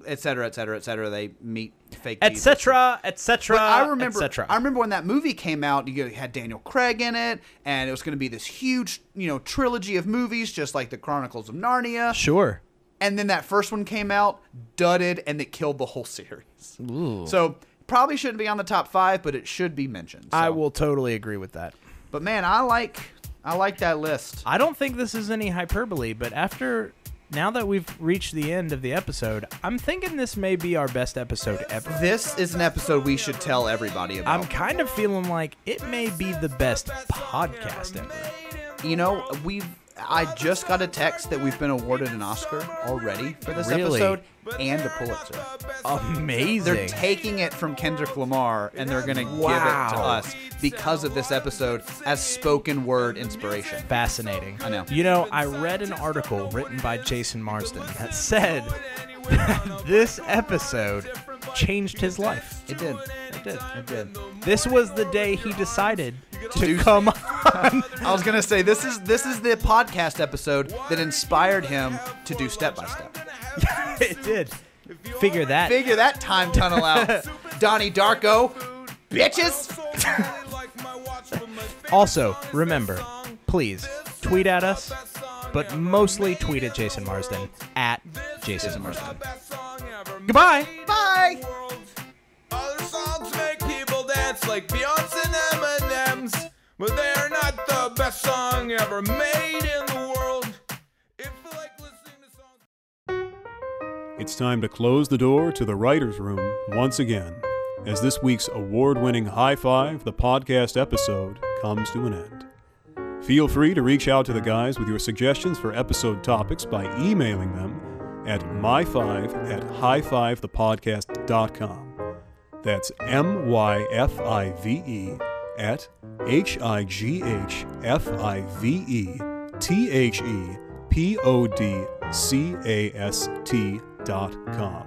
F: et cetera et cetera et cetera they meet fake
E: it. Et
F: Jesus.
E: cetera, et
F: but
E: cetera,
F: I
E: et
F: remember,
E: cetera.
F: I remember when that movie came out. You had Daniel Craig in it, and it was going to be this huge, you know, trilogy of movies, just like the Chronicles of Narnia.
E: sure.
F: And then that first one came out, dudded, and it killed the whole series. So probably shouldn't be on the top five, but it should be mentioned.
E: I
F: so.
E: will totally agree with that.
F: But man, I like, I like that list.
E: I don't think this is any hyperbole, but after now that we've reached the end of the episode, I'm thinking this may be our best episode ever.
F: This is an episode we should tell everybody about.
E: I'm kind of feeling like it may be the best podcast ever.
F: You know, we've. I just got a text that we've been awarded an Oscar already for this
E: Really?
F: episode and a Pulitzer.
E: Amazing.
F: They're taking it from Kendrick Lamar and they're going to give it to
E: Wow.
F: us because of this episode as spoken word inspiration.
E: Fascinating.
F: I know.
E: You know, I read an article written by Jason Marsden that said that this episode changed his life.
F: It did. It did. It did.
E: This was the day he decided to come on.
F: I was gonna say this is this is the podcast episode that inspired him to do step by step.
E: it did. Figure that.
F: Figure that time tunnel out, Donnie Darko, bitches.
E: Also, remember, please tweet at us, but mostly tweet at Jason Marsden at Jason Marsden. Goodbye.
F: Bye.
J: Other songs make people dance like Beyonce and Eminem's, but they are not the best song ever made in the world. If you like listening to songs.
A: It's time to close the door to the writer's room once again, as this week's award winning High Five, the podcast episode, comes to an end. Feel free to reach out to the guys with your suggestions for episode topics by emailing them at my5 at highfivethepodcast.com. That's M Y F I V E at H I G H F I V E T H E P O D C-A-S-T dot com.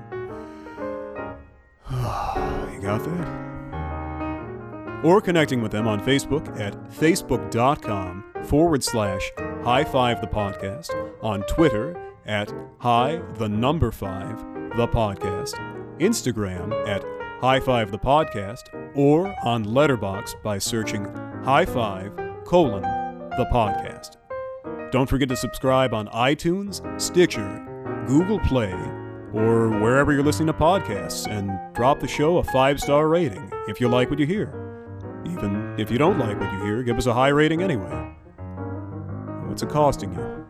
A: you got that? Or connecting with them on Facebook at facebook.com forward slash high five the podcast, on Twitter at high the number five the podcast, Instagram at high five the podcast, or on Letterbox by searching high five colon the podcast. Don't forget to subscribe on iTunes, Stitcher, Google Play, or wherever you're listening to podcasts, and drop the show a five star rating if you like what you hear. Even if you don't like what you hear, give us a high rating anyway. What's it costing you?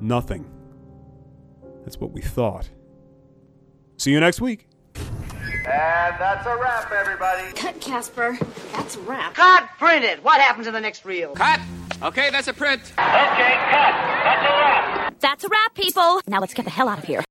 A: Nothing. That's what we thought. See you next week.
D: And that's a wrap, everybody.
H: Cut, Casper. That's a wrap.
G: Cut, print it. What happens in the next reel?
K: Cut! Okay, that's a print.
H: That's a wrap, people. Now let's get the hell out of here.